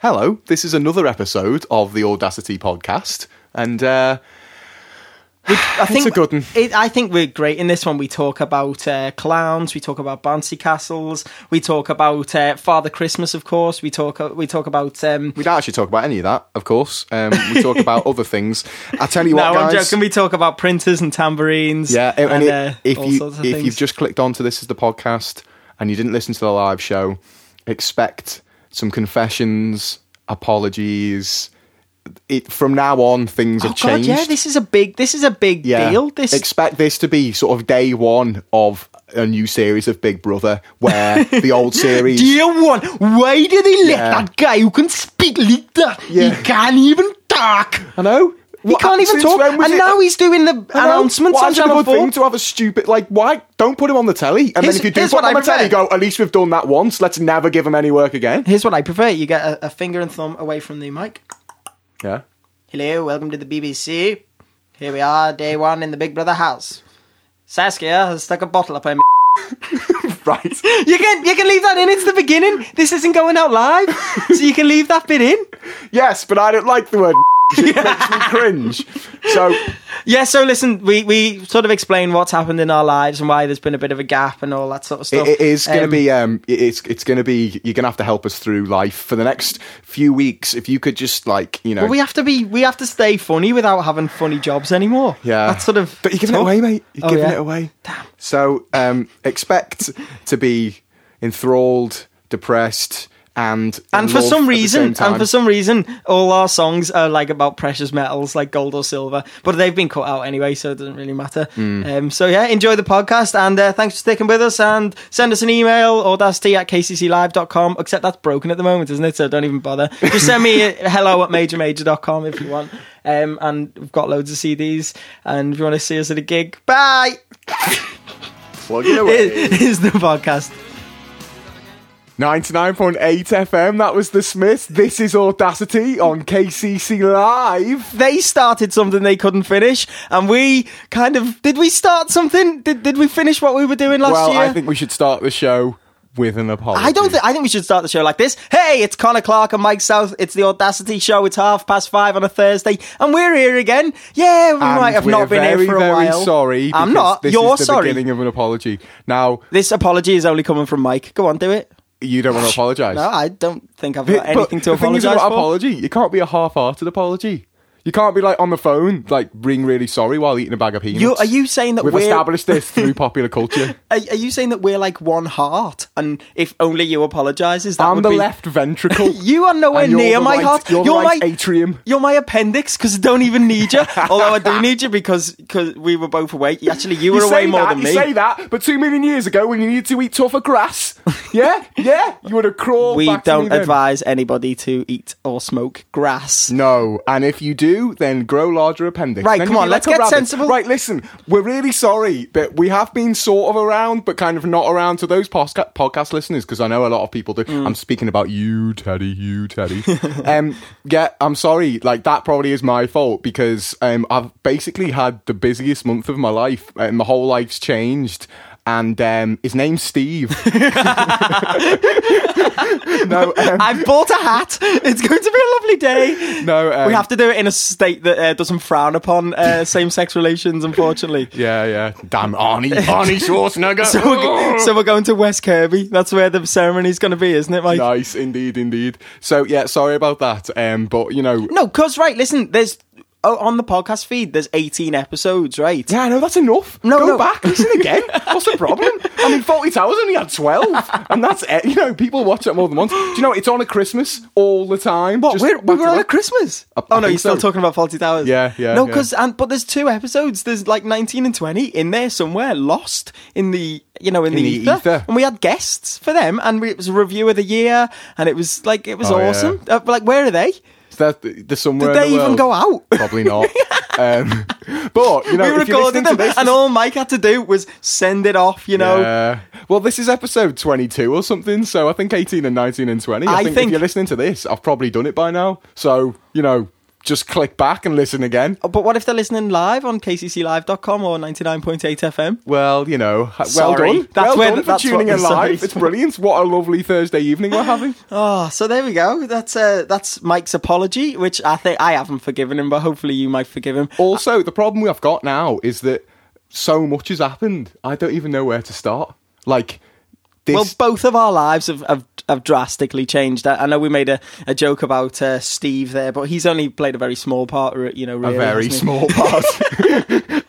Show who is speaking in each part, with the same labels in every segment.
Speaker 1: Hello, this is another episode of the Audacity podcast, and uh,
Speaker 2: I think
Speaker 1: a good one.
Speaker 2: It, I think we're great in this one. We talk about uh, clowns, we talk about bouncy castles, we talk about uh, Father Christmas, of course. We talk we talk about. Um,
Speaker 1: we don't actually talk about any of that, of course. Um, we talk about other things. I tell you
Speaker 2: no,
Speaker 1: what,
Speaker 2: I'm
Speaker 1: guys.
Speaker 2: joking. We talk about printers and tambourines.
Speaker 1: Yeah, and,
Speaker 2: and,
Speaker 1: it-
Speaker 2: uh,
Speaker 1: if
Speaker 2: all
Speaker 1: you
Speaker 2: sorts of
Speaker 1: if
Speaker 2: things.
Speaker 1: you've just clicked onto this as the podcast and you didn't listen to the live show, expect some confessions, apologies. It from now on things
Speaker 2: oh
Speaker 1: have
Speaker 2: God,
Speaker 1: changed.
Speaker 2: yeah, this is a big this is a big
Speaker 1: Yeah.
Speaker 2: deal. This
Speaker 1: expect this to be sort of day one of a new series of Big Brother, where the old series.
Speaker 2: dear one, why do they let
Speaker 1: Yeah.
Speaker 2: that guy who can speak like that?
Speaker 1: Yeah.
Speaker 2: He can't even talk.
Speaker 1: I know.
Speaker 2: He can't even talk. And now he's doing the announcements on
Speaker 1: What's a
Speaker 2: Channel
Speaker 1: good
Speaker 2: 4.
Speaker 1: thing to have a stupid like? Why don't put him on the telly? And then
Speaker 2: Here's-
Speaker 1: if you do
Speaker 2: here's
Speaker 1: put
Speaker 2: what
Speaker 1: him on the
Speaker 2: I
Speaker 1: telly,
Speaker 2: prefer.
Speaker 1: go. At least we've done that once. Let's never give him any work again.
Speaker 2: Here's what I prefer. You get a, a finger and thumb away from the mic.
Speaker 1: Yeah.
Speaker 2: Hello, welcome to the BBC. Here we are, day one in the Big Brother house. Saskia has stuck a bottle up her. M-
Speaker 1: Right.
Speaker 2: you can you can leave that in. It's the beginning. This isn't going out live, so you can leave that bit in.
Speaker 1: Yes, but I don't like the word. it makes me cringe. So
Speaker 2: Yeah. So listen, we we sort of explain what's happened in our lives and why there's been a bit of a gap and all that sort of stuff.
Speaker 1: it, it is going to
Speaker 2: Um,
Speaker 1: be. Um, it- it's it's going to be. You're going to have to help us through life for the next few weeks. If you could just like you know.
Speaker 2: But we have to be we have to stay funny without having funny jobs anymore.
Speaker 1: Yeah.
Speaker 2: That's sort of.
Speaker 1: But you're giving
Speaker 2: tough.
Speaker 1: it away, mate. You're
Speaker 2: Oh,
Speaker 1: giving
Speaker 2: yeah.
Speaker 1: it away. So um, expect to be enthralled, depressed, and
Speaker 2: And
Speaker 1: in love at
Speaker 2: for some
Speaker 1: the same
Speaker 2: reason, and
Speaker 1: time.
Speaker 2: for some reason, all our songs are like about precious metals, like gold or silver. But they've been cut out anyway, so it doesn't really matter.
Speaker 1: Hmm.
Speaker 2: Um, so yeah, enjoy the podcast, and uh, thanks for sticking with us. And send us an email, audacity at kcclive.com. Except that's broken at the moment, isn't it? So don't even bother. Just send me a hello at majormajor.com if you want. Um, and we've got loads of CDs. And if you want to see us at a gig, bye.
Speaker 1: plug it away.
Speaker 2: Here's the podcast.
Speaker 1: 99.8 FM. That was the Smiths. This is Audacity on KCC Live.
Speaker 2: they started something they couldn't finish, and we kind of did. We start something? Did did we finish what we were doing last
Speaker 1: well,
Speaker 2: year?
Speaker 1: I think we should start the show with an apology.
Speaker 2: I don't think. I think we should start the show like this. Hey, it's Connor Clark and Mike South. It's the Audacity Show. It's half past five on a Thursday, and we're here again. Yeah,
Speaker 1: And
Speaker 2: we might have
Speaker 1: we're
Speaker 2: not been
Speaker 1: very,
Speaker 2: here for a
Speaker 1: very
Speaker 2: while.
Speaker 1: Sorry,
Speaker 2: I'm
Speaker 1: because
Speaker 2: not.
Speaker 1: This
Speaker 2: You're
Speaker 1: is the
Speaker 2: sorry.
Speaker 1: beginning of an apology. Now
Speaker 2: This apology is only coming from Mike. Go on, do it.
Speaker 1: you don't want to apologise.
Speaker 2: No, I don't think I've got
Speaker 1: But
Speaker 2: anything to
Speaker 1: the thing is
Speaker 2: apologise
Speaker 1: about
Speaker 2: for.
Speaker 1: apology, it can't be a half-hearted apology. You can't be like on the phone, like being really sorry while eating a bag of peanuts.
Speaker 2: you, are you saying that
Speaker 1: We've
Speaker 2: we're
Speaker 1: established this through popular culture.
Speaker 2: Are, are you saying that we're like one heart, and if only you apologises, that
Speaker 1: I'm
Speaker 2: would
Speaker 1: the
Speaker 2: be
Speaker 1: left ventricle.
Speaker 2: You are nowhere
Speaker 1: and you're
Speaker 2: near
Speaker 1: the
Speaker 2: my
Speaker 1: right-
Speaker 2: heart.
Speaker 1: You're, the right
Speaker 2: my
Speaker 1: atrium.
Speaker 2: You're my appendix because I don't even need you. Although I do need you because cause we were both away. Actually, you were
Speaker 1: You
Speaker 2: away
Speaker 1: say
Speaker 2: more
Speaker 1: that,
Speaker 2: than
Speaker 1: you
Speaker 2: me.
Speaker 1: say that, but two million years ago, when you needed to eat tougher grass, yeah, yeah, you would have crawled.
Speaker 2: we
Speaker 1: back to me
Speaker 2: don't
Speaker 1: then.
Speaker 2: advise anybody to eat or smoke grass.
Speaker 1: No, and if you do, then grow larger appendix.
Speaker 2: Right,
Speaker 1: Then
Speaker 2: come
Speaker 1: you'll
Speaker 2: on,
Speaker 1: be
Speaker 2: let's
Speaker 1: like a
Speaker 2: get
Speaker 1: rabbit.
Speaker 2: sensible.
Speaker 1: Right, listen, we're really sorry that we have been sort of around, but kind of not around to those posca- podcast listeners because I know a lot of people do.
Speaker 2: Mm.
Speaker 1: I'm speaking about you, Teddy. You, Teddy. um, yeah, I'm sorry. Like that probably is my fault because um, I've basically had the busiest month of my life, and my whole life's changed. And um, his name's Steve. no, um,
Speaker 2: I've bought a hat. It's going to be a lovely day.
Speaker 1: no. Um,
Speaker 2: we have to do it in a state that uh, doesn't frown upon uh, same-sex relations, unfortunately.
Speaker 1: Yeah, yeah. Damn Arnie. Arnie Schwarzenegger.
Speaker 2: So we're, go- so we're going to West Kirby. That's where the ceremony's going to be, isn't it, Mike?
Speaker 1: nice, indeed, indeed. So yeah, sorry about that. Um, but you know,
Speaker 2: No, because right, listen, there's oh, on the podcast feed there's 18 episodes, right?
Speaker 1: yeah, no, that's enough.
Speaker 2: No,
Speaker 1: go
Speaker 2: no.
Speaker 1: back, listen again. What's the problem? I mean, Forty Towers only had twelve, and that's it. You know, people watch it more than once. Do you know it's on at Christmas all the time?
Speaker 2: What
Speaker 1: Just
Speaker 2: we're, we
Speaker 1: back
Speaker 2: were
Speaker 1: to
Speaker 2: on at
Speaker 1: back.
Speaker 2: Christmas?
Speaker 1: I- I
Speaker 2: oh no,
Speaker 1: think
Speaker 2: you're still
Speaker 1: so.
Speaker 2: talking about Faulty Towers.
Speaker 1: Yeah, yeah,
Speaker 2: No,
Speaker 1: yeah.
Speaker 2: because and but there's two episodes. There's like 19 and 20 in there somewhere, lost in the you know in, the,
Speaker 1: the
Speaker 2: ether.
Speaker 1: ether.
Speaker 2: And we had guests for them, and we, it was a review of the year, and it was like it was
Speaker 1: Oh, yeah.
Speaker 2: awesome. Uh, but, like where are they?
Speaker 1: Is that the, the somewhere
Speaker 2: Did
Speaker 1: in
Speaker 2: they
Speaker 1: the
Speaker 2: even
Speaker 1: world?
Speaker 2: go out?
Speaker 1: Probably not. um, but you know,
Speaker 2: we
Speaker 1: if you're listening
Speaker 2: recorded
Speaker 1: to
Speaker 2: them,
Speaker 1: this,
Speaker 2: and all Mike had to do was send it off. You know,
Speaker 1: Yeah. Well, this is episode 22 or something, so I think 18 and 19 and 20. I,
Speaker 2: I
Speaker 1: think, if
Speaker 2: think-
Speaker 1: you're listening to this, I've probably done it by now. So, you know, just click back and listen again.
Speaker 2: Oh, But what if they're listening live on kcclive.com or 99.8 FM?
Speaker 1: Well, you know, h- well
Speaker 2: Sorry.
Speaker 1: done.
Speaker 2: That's
Speaker 1: well
Speaker 2: where-
Speaker 1: done for
Speaker 2: that's
Speaker 1: tuning
Speaker 2: what-
Speaker 1: in live.
Speaker 2: sorry.
Speaker 1: It's brilliant. What a lovely Thursday evening we're having.
Speaker 2: Oh, so there we go. That's uh, that's Mike's apology, which I think I haven't forgiven him, but hopefully you might forgive him.
Speaker 1: Also, the problem we've got now is that so much has happened. I don't even know where to start. Like this.
Speaker 2: Well, both of our lives have, have, have drastically changed. I, I know we made a, a joke about uh, Steve there, but he's only played a very small part, re- you know,
Speaker 1: a
Speaker 2: really.
Speaker 1: very
Speaker 2: hasn't he?
Speaker 1: small part.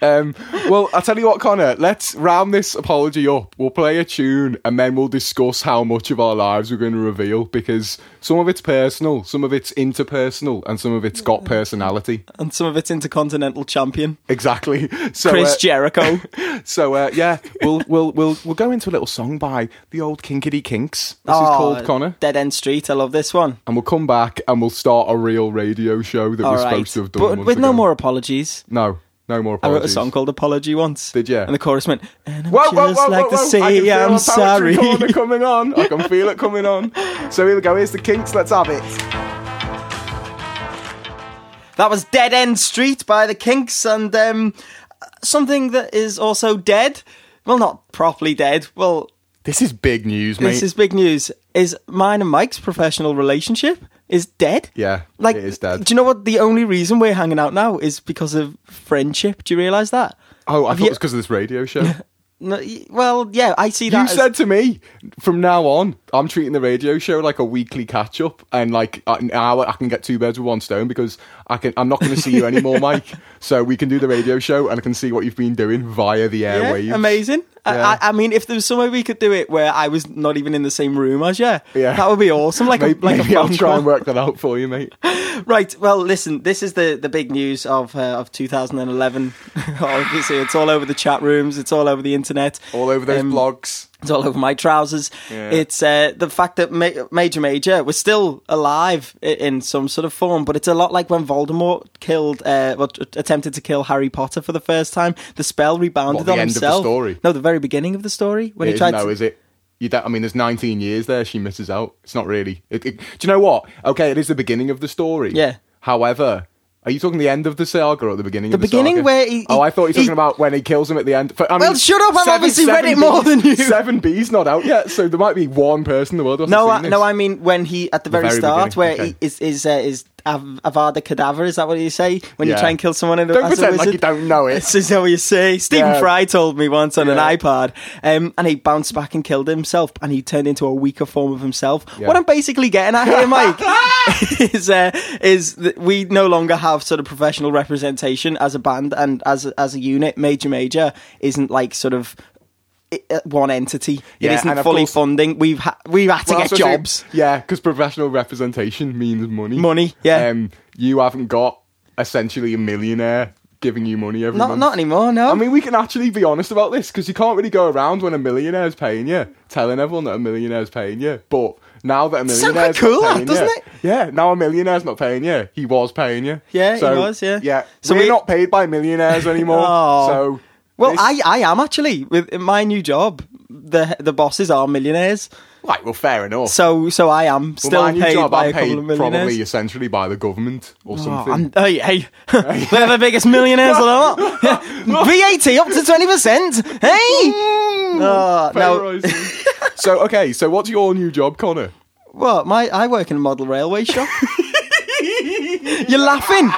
Speaker 1: um, well, I'll tell you what, Connor, let's round this apology up. We'll play a tune and then we'll discuss how much of our lives we're going to reveal because some of it's personal, some of it's interpersonal, and some of it's got personality.
Speaker 2: And some of it's intercontinental champion,
Speaker 1: Exactly. So,
Speaker 2: Chris
Speaker 1: uh,
Speaker 2: Jericho.
Speaker 1: so uh, yeah, we'll, we'll, we'll, we'll go into a little song by the old Kinkity Kinks. This is
Speaker 2: Oh,
Speaker 1: called Connor.
Speaker 2: Dead End Street. I love this one.
Speaker 1: And we'll come back and we'll start a real radio show that
Speaker 2: All
Speaker 1: we're
Speaker 2: right.
Speaker 1: supposed to have done.
Speaker 2: but
Speaker 1: months
Speaker 2: with no
Speaker 1: ago.
Speaker 2: more apologies.
Speaker 1: No, no more
Speaker 2: I
Speaker 1: apologies.
Speaker 2: wrote a song called Apology once.
Speaker 1: Did ya?
Speaker 2: And the chorus went, and I'm
Speaker 1: Whoa,
Speaker 2: just
Speaker 1: whoa, whoa, whoa,
Speaker 2: like to
Speaker 1: whoa. I
Speaker 2: say
Speaker 1: can feel
Speaker 2: I'm
Speaker 1: a
Speaker 2: sorry.
Speaker 1: poetry corner coming on. I can feel it coming on. So here we go. Here's the kinks. Let's have it.
Speaker 2: That was Dead End Street by the Kinks, and um, something that is also dead. Well, not properly dead. Well,
Speaker 1: This is big news, mate.
Speaker 2: this is big news. Is mine and Mike's professional relationship is dead?
Speaker 1: yeah,
Speaker 2: Like,
Speaker 1: it is dead.
Speaker 2: Do you know what? The only reason we're hanging out now is because of friendship. Do you realise that?
Speaker 1: oh, I thought
Speaker 2: you-
Speaker 1: it was because of this radio show.
Speaker 2: No, y- well, yeah, I see that.
Speaker 1: you
Speaker 2: as-
Speaker 1: said to me, from now on, I'm treating the radio show like a weekly catch up, and like I- now I can get two birds with one stone because I can. I'm not going to see you anymore, Mike. So we can do the radio show, and I can see what you've been doing via the
Speaker 2: Yeah,
Speaker 1: airwaves.
Speaker 2: amazing.
Speaker 1: Yeah.
Speaker 2: I I, I mean, if there was some way we could do it where I was not even in the same room as you,
Speaker 1: Yeah.
Speaker 2: that would be awesome. Like,
Speaker 1: Maybe,
Speaker 2: a, like
Speaker 1: maybe
Speaker 2: a
Speaker 1: I'll
Speaker 2: phone
Speaker 1: try
Speaker 2: call.
Speaker 1: and work that out for you, mate.
Speaker 2: Right. Well, listen. This is the the big news of uh, of 2011. Obviously, it's all over the chat rooms. It's all over the internet.
Speaker 1: All over those
Speaker 2: Um,
Speaker 1: blogs.
Speaker 2: It's all over my trousers.
Speaker 1: Yeah.
Speaker 2: It's uh, the fact that Ma- Major Major was still alive i- in some sort of form, but it's a lot like when Voldemort killed, uh, well, t- attempted to kill Harry Potter for the first time. The spell rebounded
Speaker 1: What, the
Speaker 2: on
Speaker 1: end of the
Speaker 2: himself.
Speaker 1: story?
Speaker 2: No, the very beginning of the story when
Speaker 1: It
Speaker 2: he
Speaker 1: is
Speaker 2: tried.
Speaker 1: no,
Speaker 2: to-
Speaker 1: is it? You don't, I mean, there's 19 years there. She misses out. It's not really. It, it- do you know what? Okay, it is the beginning of the story.
Speaker 2: Yeah.
Speaker 1: However, are you talking the end of the saga or at the beginning? The of The
Speaker 2: beginning
Speaker 1: saga?
Speaker 2: where he-
Speaker 1: oh, I thought you were talking
Speaker 2: he-
Speaker 1: about when he kills him at the end. For- I
Speaker 2: Well,
Speaker 1: mean,
Speaker 2: shut up, I've obviously read it more
Speaker 1: B's-
Speaker 2: than you.
Speaker 1: Seven B's not out yet, so there might be one person in the world. who hasn't
Speaker 2: No,
Speaker 1: seen
Speaker 2: I,
Speaker 1: this.
Speaker 2: no, I mean when he at the, very,
Speaker 1: very
Speaker 2: start,
Speaker 1: beginning,
Speaker 2: where
Speaker 1: okay.
Speaker 2: he is is uh, is Av- Avada Kedavra. Is that what you say when
Speaker 1: Yeah.
Speaker 2: you try and kill someone? In a,
Speaker 1: Don't
Speaker 2: as a
Speaker 1: pretend like
Speaker 2: wizard?
Speaker 1: you don't know it.
Speaker 2: This is how you say. Stephen
Speaker 1: Yeah.
Speaker 2: Fry told me once on
Speaker 1: Yeah.
Speaker 2: an iPod, um, and he bounced back and killed himself, and he turned into a weaker form of himself.
Speaker 1: Yeah.
Speaker 2: What I'm basically getting at here, Mike, is uh, is that we no longer have sort of professional representation as a band and as a- as a unit. Major Major isn't like sort of. i- uh, One entity.
Speaker 1: Yeah,
Speaker 2: it isn't
Speaker 1: and of
Speaker 2: fully
Speaker 1: course-
Speaker 2: funding. We've ha- we've had to
Speaker 1: Well,
Speaker 2: get
Speaker 1: that's what I'm
Speaker 2: jobs.
Speaker 1: saying. Yeah, because professional representation means money.
Speaker 2: Money, yeah.
Speaker 1: Um, you haven't got essentially a millionaire giving you money every
Speaker 2: Not
Speaker 1: month.
Speaker 2: not anymore. No.
Speaker 1: Mm-hmm. I mean, we can actually be honest about this because you can't really go around when a millionaire's paying you, telling everyone that a millionaire's paying you. But now that a
Speaker 2: Sounds quite
Speaker 1: millionaire's not
Speaker 2: cool, that,
Speaker 1: paying
Speaker 2: doesn't
Speaker 1: you,
Speaker 2: it?
Speaker 1: yeah, now a millionaire's not paying you. He was paying you.
Speaker 2: Yeah, he was, yeah.
Speaker 1: yeah.
Speaker 2: So
Speaker 1: So we're
Speaker 2: we-
Speaker 1: not paid by millionaires anymore.
Speaker 2: Oh.
Speaker 1: So,
Speaker 2: well,
Speaker 1: this-
Speaker 2: I I am actually with in my new job. The the bosses are millionaires,
Speaker 1: right, well, fair enough.
Speaker 2: so so I am
Speaker 1: Well,
Speaker 2: still
Speaker 1: my new
Speaker 2: paid
Speaker 1: job,
Speaker 2: by
Speaker 1: I'm
Speaker 2: a couple
Speaker 1: paid
Speaker 2: of millionaires.
Speaker 1: probably essentially by the government or
Speaker 2: Oh,
Speaker 1: something.
Speaker 2: I'm- hey, hey, we're the biggest millionaires of all. VAT up to twenty percent. Hey, Oh,
Speaker 1: Pay
Speaker 2: no.
Speaker 1: rises. Mm. so okay, so what's your new job, Connor?
Speaker 2: well, my I work in a model railway shop. You're laughing.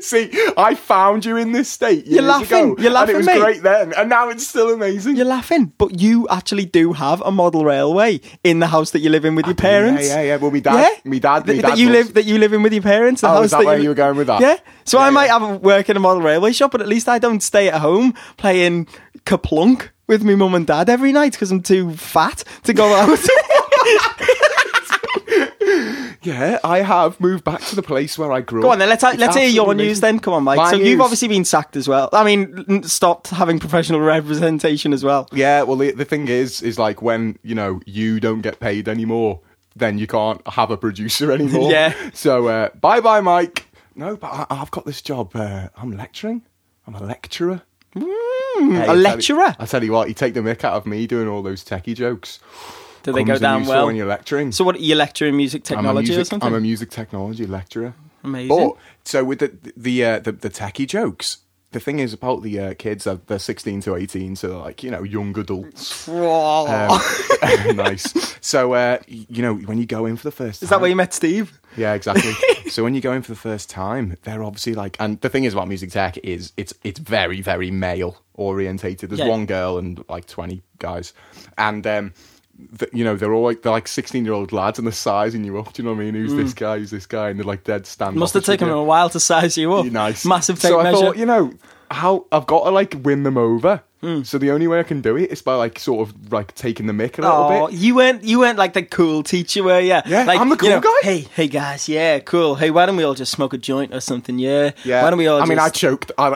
Speaker 1: See, I found you in this state. Years
Speaker 2: laughing.
Speaker 1: Ago,
Speaker 2: You're laughing,
Speaker 1: And it was
Speaker 2: mate.
Speaker 1: great then, and now it's still amazing.
Speaker 2: You're laughing, but you actually do have a model railway in the house that you live in with your parents.
Speaker 1: Ah, yeah, yeah. Well, me dad- me dad-
Speaker 2: Th-
Speaker 1: me
Speaker 2: that
Speaker 1: dad
Speaker 2: you
Speaker 1: does.
Speaker 2: live that you live in with your parents. The
Speaker 1: Oh,
Speaker 2: house
Speaker 1: is that where
Speaker 2: you,
Speaker 1: you were going with that?
Speaker 2: Yeah. So
Speaker 1: Yeah,
Speaker 2: I
Speaker 1: yeah.
Speaker 2: might have a work in a model railway shop, but at least I don't stay at home playing kaplunk with me mum and dad every night because I'm too fat to go out.
Speaker 1: Yeah, I have moved back to the place where I grew up.
Speaker 2: Go on then. Let's
Speaker 1: It's
Speaker 2: let's hear your
Speaker 1: absolutely
Speaker 2: news
Speaker 1: amazing.
Speaker 2: then. Come on, Mike.
Speaker 1: My
Speaker 2: so
Speaker 1: news.
Speaker 2: you've obviously been sacked as well. I mean, n- stopped having professional representation as well.
Speaker 1: Yeah, well, the, the thing is, is like when you know you don't get paid anymore, then you can't have a producer anymore.
Speaker 2: Yeah.
Speaker 1: So uh, bye, bye, Mike. No, but I, I've got this job. Uh, I'm lecturing. I'm a lecturer. Hey, I
Speaker 2: a
Speaker 1: tell you-
Speaker 2: lecturer.
Speaker 1: I tell you what, you take the mick out of me doing all those techie jokes.
Speaker 2: Do they
Speaker 1: Comes
Speaker 2: go
Speaker 1: in
Speaker 2: down
Speaker 1: useful
Speaker 2: well?
Speaker 1: When you're lecturing.
Speaker 2: So what? You lecture in music
Speaker 1: I'm a
Speaker 2: technology or
Speaker 1: music,
Speaker 2: something?
Speaker 1: I'm a music technology lecturer.
Speaker 2: Amazing.
Speaker 1: But so with the the uh, the, the techie jokes, the thing is about the uh, kids, uh, they're sixteen to eighteen, so they're like you know young adults. Um, nice. So uh, y- you know when you go in for the first,
Speaker 2: Is that
Speaker 1: time-
Speaker 2: where you met Steve?
Speaker 1: yeah, exactly. so when you go in for the first time, they're obviously like, and the thing is about music tech is it's it's very very male orientated. There's
Speaker 2: Yeah.
Speaker 1: one girl and like twenty guys, and um, th- you know they're all like they're like sixteen year old lads and they're sizing you up. Do you know what I mean? Who's this guy? Who's this guy? And they're like dead standing.
Speaker 2: Mm. Must have taken him a while to size you up.
Speaker 1: be nice.
Speaker 2: Massive tape
Speaker 1: so
Speaker 2: measure.
Speaker 1: I thought, you know, how I've got to like win them over.
Speaker 2: Mm.
Speaker 1: So the only way I can do it is by like sort of like taking the mick a little
Speaker 2: Oh,
Speaker 1: bit.
Speaker 2: you weren't you weren't like the cool teacher, were you?
Speaker 1: Yeah,
Speaker 2: like,
Speaker 1: I'm the
Speaker 2: you
Speaker 1: cool guy.
Speaker 2: Hey, hey guys, yeah, cool. Hey, why don't we all just smoke a joint or something? Yeah,
Speaker 1: Yeah.
Speaker 2: Why don't we all?
Speaker 1: I mean, I
Speaker 2: just...
Speaker 1: choked. I,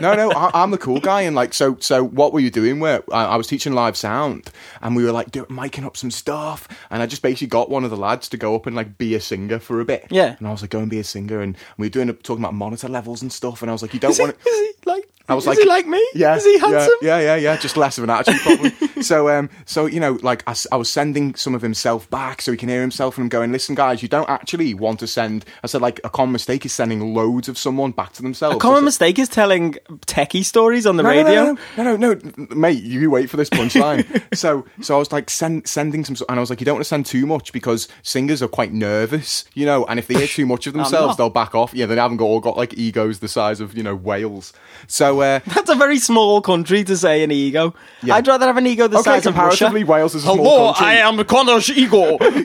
Speaker 1: no, no, I, I'm the cool guy, and like, so, so, what were you doing? Where I, I was teaching live sound, and we were like do, miking up some stuff, and I just basically got one of the lads to go up and like be a singer for a bit.
Speaker 2: Yeah.
Speaker 1: and I was like, go and be a singer, and we were doing talking about monitor levels and stuff, and I was like, you don't
Speaker 2: is, he,
Speaker 1: want.
Speaker 2: is
Speaker 1: to
Speaker 2: he like?
Speaker 1: I was
Speaker 2: is
Speaker 1: like,
Speaker 2: he like me?
Speaker 1: Yeah,
Speaker 2: is he
Speaker 1: yeah,
Speaker 2: handsome?
Speaker 1: Yeah, yeah, yeah. Just less of an attitude problem. so, um, so you know, like I, s- I was sending some of himself back so he can hear himself, and I'm going, listen, guys, you don't actually want to send. I said, like, a common mistake is sending loads of someone back to themselves.
Speaker 2: A common
Speaker 1: I said,
Speaker 2: mistake is telling techie stories on the
Speaker 1: no, no,
Speaker 2: radio.
Speaker 1: No no, no, no, no, no, mate. You wait for this punchline. so, so I was like send, sending some, and I was like, you don't want to send too much because singers are quite nervous, you know. And if they hear too much of
Speaker 2: not.
Speaker 1: themselves, they'll back off. Yeah, they haven't got, all got like egos the size of you know whales. So, uh,
Speaker 2: That's a very small country to say an ego.
Speaker 1: Yeah.
Speaker 2: I'd rather have an ego the
Speaker 1: Okay,
Speaker 2: size of Russia.
Speaker 1: comparatively, Wales is a small country.
Speaker 2: Oh, am Connor's ego. I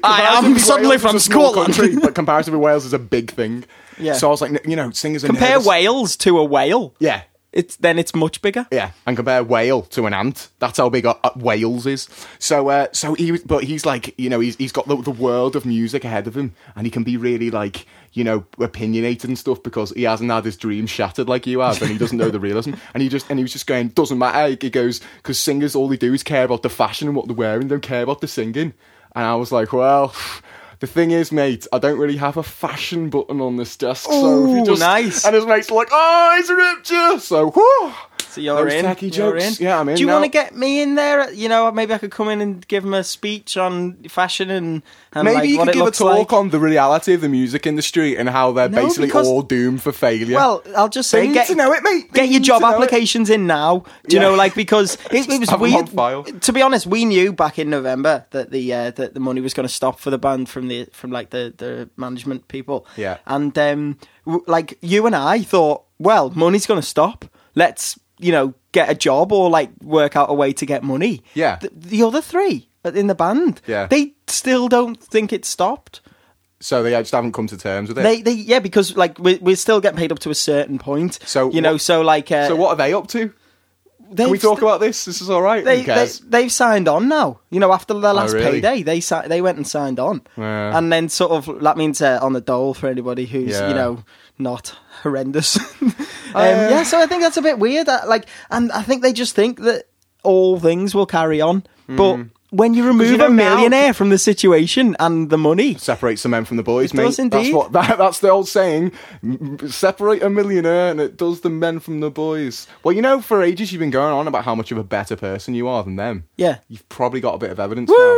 Speaker 1: Comparatively, Wales is a small country, but comparatively, Wales is a big thing.
Speaker 2: Yeah.
Speaker 1: So I was like, n- you know, singers are
Speaker 2: Compare
Speaker 1: nervous.
Speaker 2: Wales to a whale.
Speaker 1: Yeah.
Speaker 2: It's then it's much bigger.
Speaker 1: Yeah, and compare whale to an ant. That's how big uh, uh, Wales is. So, uh, so he, was- but he's like, you know, he's he's got the, the world of music ahead of him, and he can be really like, you know, opinionated and stuff because he hasn't had his dream shattered like you have, and he doesn't know the realism. And he just and he was just going, doesn't matter. He goes, because singers all they do is care about the fashion and what they're wearing, don't care about the singing. And I was like, well. The thing is, mate, I don't really have a fashion button on this desk. so if
Speaker 2: Ooh,
Speaker 1: you just,
Speaker 2: nice.
Speaker 1: And his mates are like, "Oh, he's ripped you." So, whew,
Speaker 2: So you're
Speaker 1: those
Speaker 2: in.
Speaker 1: tacky
Speaker 2: you're
Speaker 1: jokes.
Speaker 2: in.
Speaker 1: Yeah, I'm in
Speaker 2: Do you
Speaker 1: now.
Speaker 2: want to get me in there? You know, maybe I could come in and give him a speech on fashion and, and
Speaker 1: Maybe
Speaker 2: like,
Speaker 1: you
Speaker 2: what
Speaker 1: could
Speaker 2: it
Speaker 1: give a
Speaker 2: looks
Speaker 1: talk
Speaker 2: like.
Speaker 1: on the reality of the music industry and how they're
Speaker 2: No,
Speaker 1: basically
Speaker 2: because-
Speaker 1: all doomed for failure.
Speaker 2: Well, I'll just
Speaker 1: They
Speaker 2: say,
Speaker 1: need
Speaker 2: get
Speaker 1: to know it, mate. They
Speaker 2: Get your
Speaker 1: need
Speaker 2: job
Speaker 1: to know it.
Speaker 2: applications in now. Do you
Speaker 1: Yeah.
Speaker 2: know, like because it, it was
Speaker 1: have 'em on
Speaker 2: weird.
Speaker 1: file.
Speaker 2: To be honest, we knew back in November that the uh, that the money was going to stop for the band from the from like the the management people.
Speaker 1: Yeah.
Speaker 2: and um, w- like you and I thought, well, money's going to stop. Let's you know get a job or like work out a way to get money.
Speaker 1: Yeah.
Speaker 2: the, the other three in the band,
Speaker 1: Yeah.
Speaker 2: they still don't think it stopped.
Speaker 1: so they just haven't come to terms with it.
Speaker 2: They, they, yeah, because like we we still get paid up to a certain point.
Speaker 1: So
Speaker 2: you know,
Speaker 1: what-
Speaker 2: so like, uh,
Speaker 1: so what are they up to?
Speaker 2: they've
Speaker 1: Can we talk
Speaker 2: st-
Speaker 1: about this? This is all right.
Speaker 2: they,
Speaker 1: Who cares?
Speaker 2: they have signed on now. You know, after their last
Speaker 1: Oh, really?
Speaker 2: payday, they si- they went and signed on,
Speaker 1: Yeah.
Speaker 2: and then sort of that means uh, on the dole for anybody who's
Speaker 1: Yeah. Oh,
Speaker 2: you know not horrendous. um, yeah, so I think that's a bit weird. uh, Like, and I think they just think that all things will carry on,
Speaker 1: Hmm.
Speaker 2: but. When you remove
Speaker 1: know
Speaker 2: a
Speaker 1: now-
Speaker 2: millionaire from the situation and the money,
Speaker 1: Separates the men from the boys,
Speaker 2: It
Speaker 1: mate.
Speaker 2: does
Speaker 1: That's
Speaker 2: indeed.
Speaker 1: what that, that's the old saying. M- m- Separate a millionaire, and it does the men from the boys. Well, you know, for ages you've been going on about how much of a better person you are than them.
Speaker 2: Yeah.
Speaker 1: you've probably got a bit of evidence now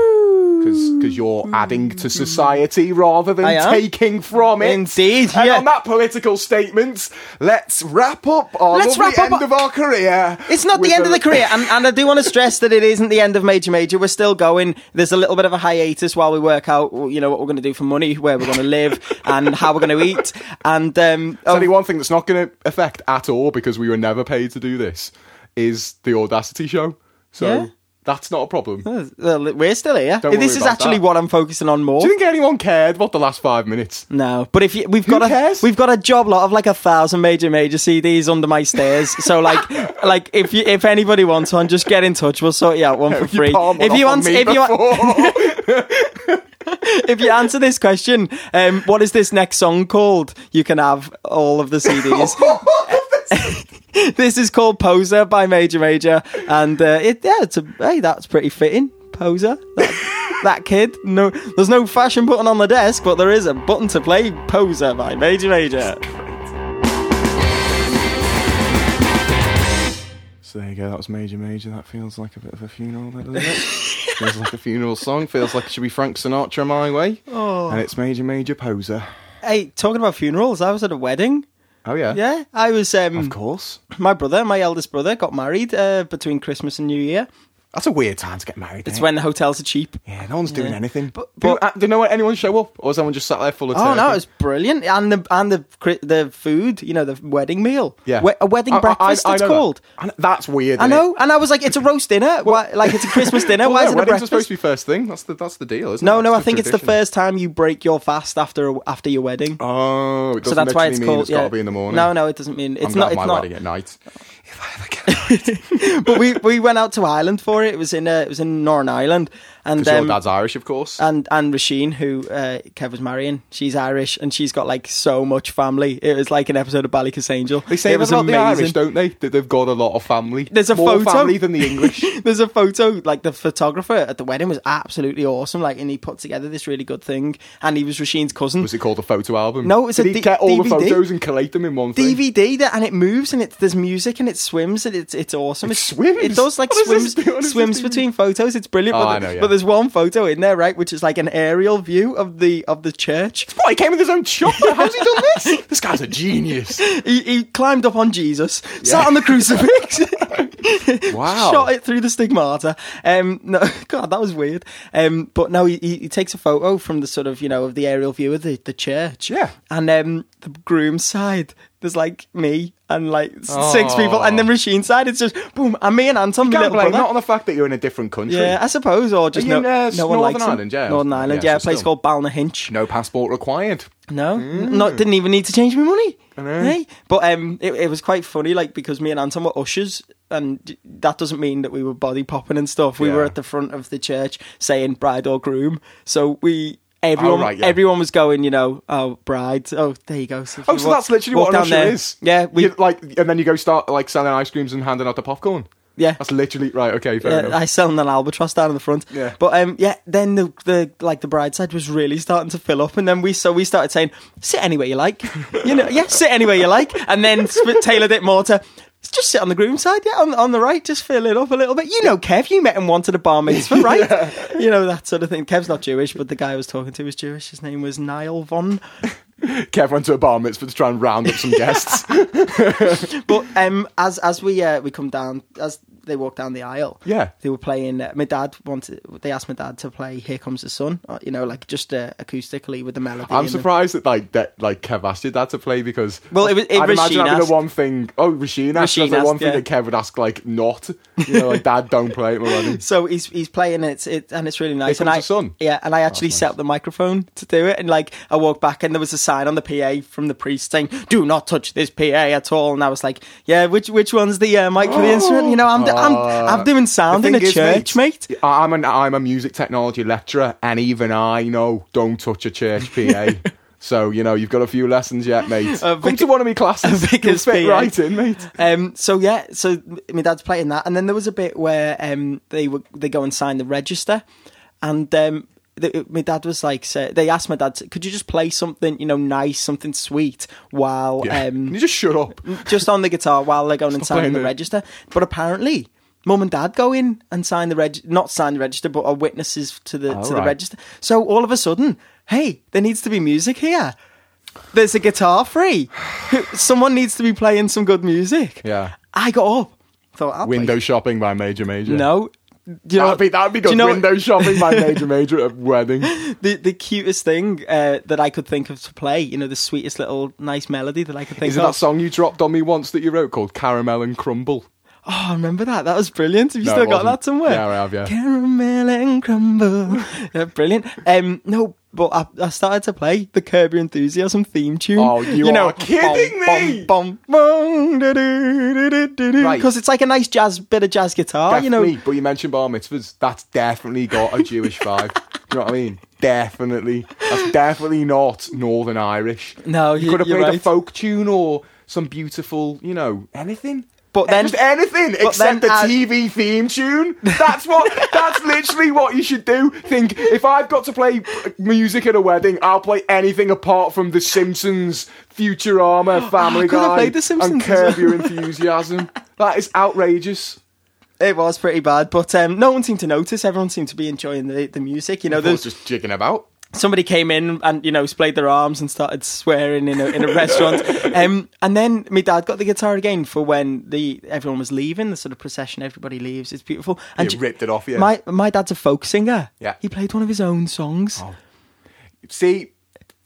Speaker 1: because you're adding to society rather than
Speaker 2: I am.
Speaker 1: taking from it.
Speaker 2: Indeed,
Speaker 1: And
Speaker 2: yeah.
Speaker 1: on that political statement, let's wrap up our
Speaker 2: Let's
Speaker 1: lovely
Speaker 2: wrap up
Speaker 1: end
Speaker 2: our-
Speaker 1: of our career.
Speaker 2: It's not
Speaker 1: with
Speaker 2: the end of the career, and, and I do want to stress that it isn't the end of Major Major. We're still going. There's a little bit of a hiatus while we work out, you know, what we're going to do for money, where we're going to live, and how we're going to eat. And um,
Speaker 1: I'll
Speaker 2: oh,
Speaker 1: tell you one thing that's not going to affect at all because we were never paid to do this is the Audacity show. So
Speaker 2: Yeah.
Speaker 1: that's not a problem. Do
Speaker 2: well, oh, we're still here.
Speaker 1: Don't
Speaker 2: this
Speaker 1: worry
Speaker 2: is
Speaker 1: about
Speaker 2: actually
Speaker 1: that.
Speaker 2: what I'm focusing on more.
Speaker 1: you think anyone cared about the last five minutes?
Speaker 2: no, but if you, we've
Speaker 1: Who
Speaker 2: got a
Speaker 1: cares?
Speaker 2: we've got a job lot of like a thousand major major CDs under my stairs. so like like if you, if anybody wants one, just get in touch. We'll sort you out one for
Speaker 1: You
Speaker 2: free.
Speaker 1: palm one
Speaker 2: If you
Speaker 1: off on
Speaker 2: want,
Speaker 1: me
Speaker 2: if you want.
Speaker 1: before.
Speaker 2: if you answer this question, um, what is this next song called? You can have all of the CDs. this is called Poser by Major Major, and uh, it yeah, it's a, hey, that's pretty fitting. Poser, that, that kid. No, there's no fashion button on the desk, but there is a button to play Poser by Major Major.
Speaker 1: So there you go. That was major, major. That feels like a bit of a funeral, that, doesn't it? feels like a funeral song. Feels like it should be Frank Sinatra my way. Oh. And it's major, major poser.
Speaker 2: Hey, talking about funerals, I was at a wedding.
Speaker 1: Oh yeah.
Speaker 2: Yeah, I was.
Speaker 1: Of
Speaker 2: Um,
Speaker 1: course.
Speaker 2: my brother, my eldest brother, got married uh, between Christmas and New Year.
Speaker 1: That's a weird time to get married.
Speaker 2: It's
Speaker 1: innit?
Speaker 2: when the hotels are cheap.
Speaker 1: yeah, no one's doing
Speaker 2: Yeah.
Speaker 1: anything. But,
Speaker 2: But- but-
Speaker 1: did no anyone show up, or was everyone just sat there full of?
Speaker 2: Oh no,
Speaker 1: turkey?
Speaker 2: it was brilliant, and the and the cri- the food, you know, the wedding meal,
Speaker 1: yeah,
Speaker 2: We- a wedding
Speaker 1: I- I- I-
Speaker 2: breakfast.
Speaker 1: I
Speaker 2: it's
Speaker 1: know that.
Speaker 2: called.
Speaker 1: I know- That's weird.
Speaker 2: I
Speaker 1: innit?
Speaker 2: know, and I was like, it's a roast dinner, why, like it's a Christmas dinner.
Speaker 1: Well,
Speaker 2: Why
Speaker 1: yeah,
Speaker 2: is it a
Speaker 1: weddings are
Speaker 2: breakfast?
Speaker 1: supposed to be first thing. That's the that's the deal, isn't it?
Speaker 2: no, no, I
Speaker 1: That's
Speaker 2: think it's the
Speaker 1: tradition.
Speaker 2: first time you break your fast after a- after your wedding.
Speaker 1: Oh, it doesn't
Speaker 2: so that's why it's
Speaker 1: mean
Speaker 2: called.
Speaker 1: It's got
Speaker 2: yeah.
Speaker 1: to be in the morning.
Speaker 2: No, no, it doesn't mean it's
Speaker 1: I'm glad
Speaker 2: not. It's
Speaker 1: my
Speaker 2: not.
Speaker 1: wedding at night. If I ever get
Speaker 2: but we we went out to Ireland for it. It was in uh, it was in Northern Ireland, and
Speaker 1: because
Speaker 2: um,
Speaker 1: your dad's Irish, of course.
Speaker 2: and and Rasheen, who uh, Kev was marrying, she's Irish, and she's got like so much family. It was like an episode of Ballycasangel.
Speaker 1: they say
Speaker 2: it
Speaker 1: that
Speaker 2: was
Speaker 1: about the
Speaker 2: amazing.
Speaker 1: Irish, don't they? That they've got a lot of family.
Speaker 2: There's a
Speaker 1: more
Speaker 2: photo.
Speaker 1: family than the English.
Speaker 2: There's a photo, like the photographer at the wedding was absolutely awesome. Like, and he put together this really good thing, and he was Rasheen's cousin.
Speaker 1: Was it called a photo album?
Speaker 2: No, it's
Speaker 1: Did
Speaker 2: a
Speaker 1: he
Speaker 2: D-
Speaker 1: get all the
Speaker 2: DVD.
Speaker 1: photos and collate them in one thing?
Speaker 2: DVD that and it moves and it there's music and it swims and it's it's awesome.
Speaker 1: It
Speaker 2: It's-
Speaker 1: swims?
Speaker 2: It does like
Speaker 1: What is
Speaker 2: swims
Speaker 1: this- what is this
Speaker 2: swims
Speaker 1: DVD?
Speaker 2: between photos. It's brilliant.
Speaker 1: Oh,
Speaker 2: but,
Speaker 1: I
Speaker 2: the-
Speaker 1: know, yeah.
Speaker 2: but there's one photo in there right, which is like an aerial view of the of the church.
Speaker 1: What? He came with his own chopper. How's he done this? this guy's a genius.
Speaker 2: He, he climbed up on Jesus, sat on the crucifix,
Speaker 1: Wow.
Speaker 2: shot it through the stigmata. Um, no, God, that was weird. Um, but no, he, he he takes a photo from the sort of you know of the aerial view of the, the church.
Speaker 1: Yeah.
Speaker 2: and um, the groom's side there's like me and like s- six people, and then Rasheen's side it's just boom, and me and Anton, my
Speaker 1: Can't
Speaker 2: little
Speaker 1: blame
Speaker 2: brother.
Speaker 1: not on the fact that you're in a different country.
Speaker 2: yeah, I suppose, or just
Speaker 1: Are you in,
Speaker 2: no,
Speaker 1: uh,
Speaker 2: no one
Speaker 1: Northern
Speaker 2: likes him.
Speaker 1: Ireland, yeah?
Speaker 2: Northern Ireland,
Speaker 1: Yeah,
Speaker 2: yeah,
Speaker 1: so
Speaker 2: a place
Speaker 1: still-
Speaker 2: called Balnahinch.
Speaker 1: No passport required.
Speaker 2: No, n- not didn't even need to change my money.
Speaker 1: Mm. know.
Speaker 2: Hey? But um, it, it was quite funny, like because me and Anton were ushers, and d- that doesn't mean that we were body popping and stuff. We were
Speaker 1: Yeah.
Speaker 2: at the front of the church saying bride or groom. So we everyone
Speaker 1: Oh, right, yeah.
Speaker 2: everyone was going, you know, oh bride, oh there you go. if
Speaker 1: Oh,
Speaker 2: you
Speaker 1: so
Speaker 2: walk-
Speaker 1: that's literally
Speaker 2: walk
Speaker 1: what an
Speaker 2: down
Speaker 1: usher
Speaker 2: there.
Speaker 1: is.
Speaker 2: Yeah, we
Speaker 1: You- like, and then you go start like selling ice creams and handing out the popcorn.
Speaker 2: yeah.
Speaker 1: That's literally right. Okay, fair
Speaker 2: Yeah,
Speaker 1: enough.
Speaker 2: I selling an albatross down in the front.
Speaker 1: Yeah.
Speaker 2: But um, yeah, then the, the like the bride side was really starting to fill up, and then we so we started saying sit anywhere you like, you know, yeah, sit anywhere you like, and then sp- tailored it more to. Just sit on the groom side, yeah, on, on the right, just fill it up a little bit. You know, Kev, you met him once at a bar mitzvah, right? You know, that sort of thing. Kev's not Jewish, but the guy I was talking to was Jewish. His name was Niall Von
Speaker 1: Kev went to a bar mitzvah to try and round up some guests.
Speaker 2: But um, as as we uh, we come down, as they walk down the aisle,
Speaker 1: Yeah.
Speaker 2: they were playing. Uh, my dad wanted. They asked my dad to play "Here Comes the Sun," uh, you know, like just uh, acoustically with the melody.
Speaker 1: I'm
Speaker 2: and the-
Speaker 1: surprised that like that like Kev asked your dad to play because
Speaker 2: Well, it was- it-
Speaker 1: I'd imagine
Speaker 2: Rasheen
Speaker 1: that'd be
Speaker 2: asked.
Speaker 1: the one thing. Oh, Rasheen asked.
Speaker 2: Rasheen
Speaker 1: that's the one
Speaker 2: asked,
Speaker 1: thing
Speaker 2: yeah.
Speaker 1: that Kev would ask like not. You know, like Dad, don't play it, my wedding.
Speaker 2: so he's he's playing and it's it and it's really nice.
Speaker 1: Here
Speaker 2: and
Speaker 1: Comes
Speaker 2: I
Speaker 1: the Sun.
Speaker 2: yeah, and I actually
Speaker 1: nice.
Speaker 2: set up the microphone to do it. And like I walked back and there was a sign on the PA from the priest saying, "Do not touch this PA at all." And I was like, "Yeah, which which one's the uh, mic for the instrument?" You know, I'm d I'm
Speaker 1: Uh,
Speaker 2: I'm doing sound
Speaker 1: the
Speaker 2: in a
Speaker 1: thing is,
Speaker 2: church, mate.
Speaker 1: I- I'm an I'm a music technology lecturer, and even I know don't touch a church PA. so you know you've got a few lessons yet, mate.
Speaker 2: A
Speaker 1: Come
Speaker 2: vic-
Speaker 1: to one of my classes.
Speaker 2: a
Speaker 1: You'll
Speaker 2: vicar's
Speaker 1: fit
Speaker 2: PA.
Speaker 1: right in, mate.
Speaker 2: Um, so yeah, so my dad's playing that, and then there was a bit where um, they were they go and sign the register, and um, the, my dad was like, say, they asked my dad, could you just play something, you know, nice, something sweet, while
Speaker 1: Yeah. Can
Speaker 2: um,
Speaker 1: you just shut up.
Speaker 2: just on the guitar while they're going and signing
Speaker 1: playing
Speaker 2: the
Speaker 1: it.
Speaker 2: register. But apparently, mum and dad go in and sign the reg, not sign the register, but are witnesses to the
Speaker 1: Oh,
Speaker 2: to the
Speaker 1: right.
Speaker 2: register. So all of a sudden, hey, there needs to be music here. There's a guitar free. Someone needs to be playing some good music.
Speaker 1: Yeah.
Speaker 2: I got up. Thought I'll play-
Speaker 1: Window shopping by Major Major.
Speaker 2: No. Do you know
Speaker 1: That'd
Speaker 2: what-
Speaker 1: be, that'd be
Speaker 2: do
Speaker 1: good.
Speaker 2: you know what-
Speaker 1: Window shopping by Major Major at a wedding.
Speaker 2: the, the cutest thing uh, that I could think of to play, you know, the sweetest little nice melody that I could think
Speaker 1: Is it
Speaker 2: of.
Speaker 1: that song you dropped on me once that you wrote called Caramel and Crumble?
Speaker 2: Oh, I remember that. That was brilliant. Have you
Speaker 1: No,
Speaker 2: still
Speaker 1: it
Speaker 2: got
Speaker 1: wasn't.
Speaker 2: that somewhere?
Speaker 1: Yeah, I have, yeah.
Speaker 2: Caramel and crumble. yeah, brilliant. Um, no, but I, I started to play the Curb Your Enthusiasm theme tune.
Speaker 1: Oh, you
Speaker 2: know,
Speaker 1: are kidding me!
Speaker 2: Bum, bum,
Speaker 1: Right.
Speaker 2: Because it's like a nice jazz bit of jazz guitar, you know.
Speaker 1: Definitely, but you mentioned bar mitzvahs. That's definitely got a Jewish vibe. you know what I mean? Definitely. That's definitely not Northern Irish.
Speaker 2: No,
Speaker 1: you
Speaker 2: you-
Speaker 1: could have
Speaker 2: you're
Speaker 1: made a
Speaker 2: right.
Speaker 1: folk tune or some beautiful, you know, anything.
Speaker 2: But then-
Speaker 1: Just anything
Speaker 2: but
Speaker 1: except
Speaker 2: then
Speaker 1: the
Speaker 2: I-
Speaker 1: TV theme tune. That's what. that's literally what you should do. Think if I've got to play music at a wedding, I'll play anything apart from The Simpsons, Futurama, Family
Speaker 2: I Ah, could have
Speaker 1: Guy,
Speaker 2: played The Simpsons
Speaker 1: and
Speaker 2: as well.
Speaker 1: Curb Your Enthusiasm. that is outrageous.
Speaker 2: It was pretty bad, but um, no one seemed to notice. Everyone seemed to be enjoying the, the music, you know.
Speaker 1: Everyone's
Speaker 2: There's,
Speaker 1: just jigging about.
Speaker 2: somebody came in and you know splayed their arms and started swearing in a, in a restaurant um, and then my dad got the guitar again for when the everyone was leaving the sort of procession everybody leaves it's beautiful and
Speaker 1: It
Speaker 2: ju-
Speaker 1: ripped it off you.
Speaker 2: my my dad's a folk singer
Speaker 1: Yeah. Oh,
Speaker 2: he played one of his own songs
Speaker 1: See,